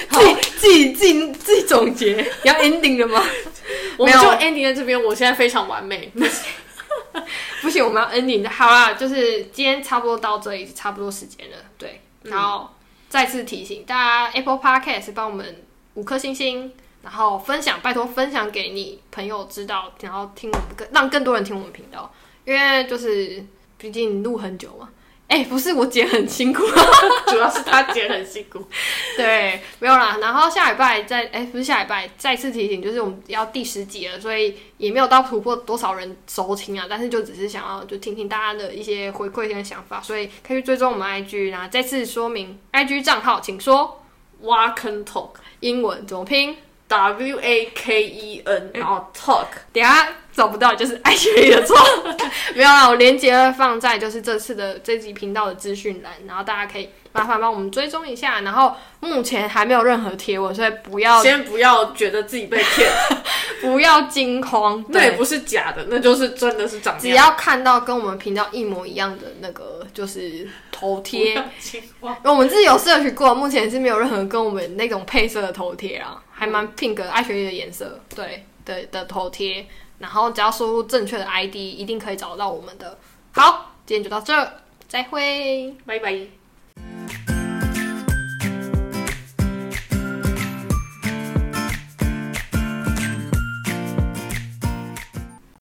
Speaker 1: 自己自己自己自己总结，你要 ending 了吗？
Speaker 2: 我们
Speaker 1: 没
Speaker 2: 就
Speaker 1: 有
Speaker 2: ending 在这边，我现在非常完美。
Speaker 1: 不行，我们要 ending 的。好啦，就是今天差不多到这里，差不多时间了。对，然后再次提醒大家，Apple Podcast 帮我们五颗星星，然后分享，拜托分享给你朋友知道，然后听我们更让更多人听我们频道，因为就是毕竟录很久嘛。哎、不是我姐很辛苦，
Speaker 2: 主要是他姐很辛苦，
Speaker 1: 对，没有啦。然后下礼拜再，哎、不是下礼拜，再次提醒，就是我们要第十集了，所以也没有到突破多少人收听啊，但是就只是想要就听听大家的一些回馈跟想法，所以可以去追踪我们 IG，然后再次说明 IG 账号，请说
Speaker 2: 挖坑 talk
Speaker 1: 英文怎么拼，
Speaker 2: W A K E N，
Speaker 1: 嗯
Speaker 2: 然后 talk
Speaker 1: 等一下找不到就是 IG 的错，没有啦，我连接会放在就是这次的这集频道的资讯栏，然后大家可以麻烦帮我们追踪一下，然后目前还没有任何贴文，所以不要
Speaker 2: 先不要觉得自己被 骗，
Speaker 1: 不要惊慌，
Speaker 2: 那也不是假的，那就是真的是长那
Speaker 1: 只
Speaker 2: 样。
Speaker 1: 要看到跟我们频道一模一样的那个就是头贴，
Speaker 2: 不要惊慌
Speaker 1: 我们自己有 search 过，目前是没有任何跟我们那种配色的头贴啊，还蛮 pink 的爱学丽的颜色，对的的头贴。然后只要输入正确的 ID，一定可以找到我们的。好，今天就到这，再会。
Speaker 2: 拜拜。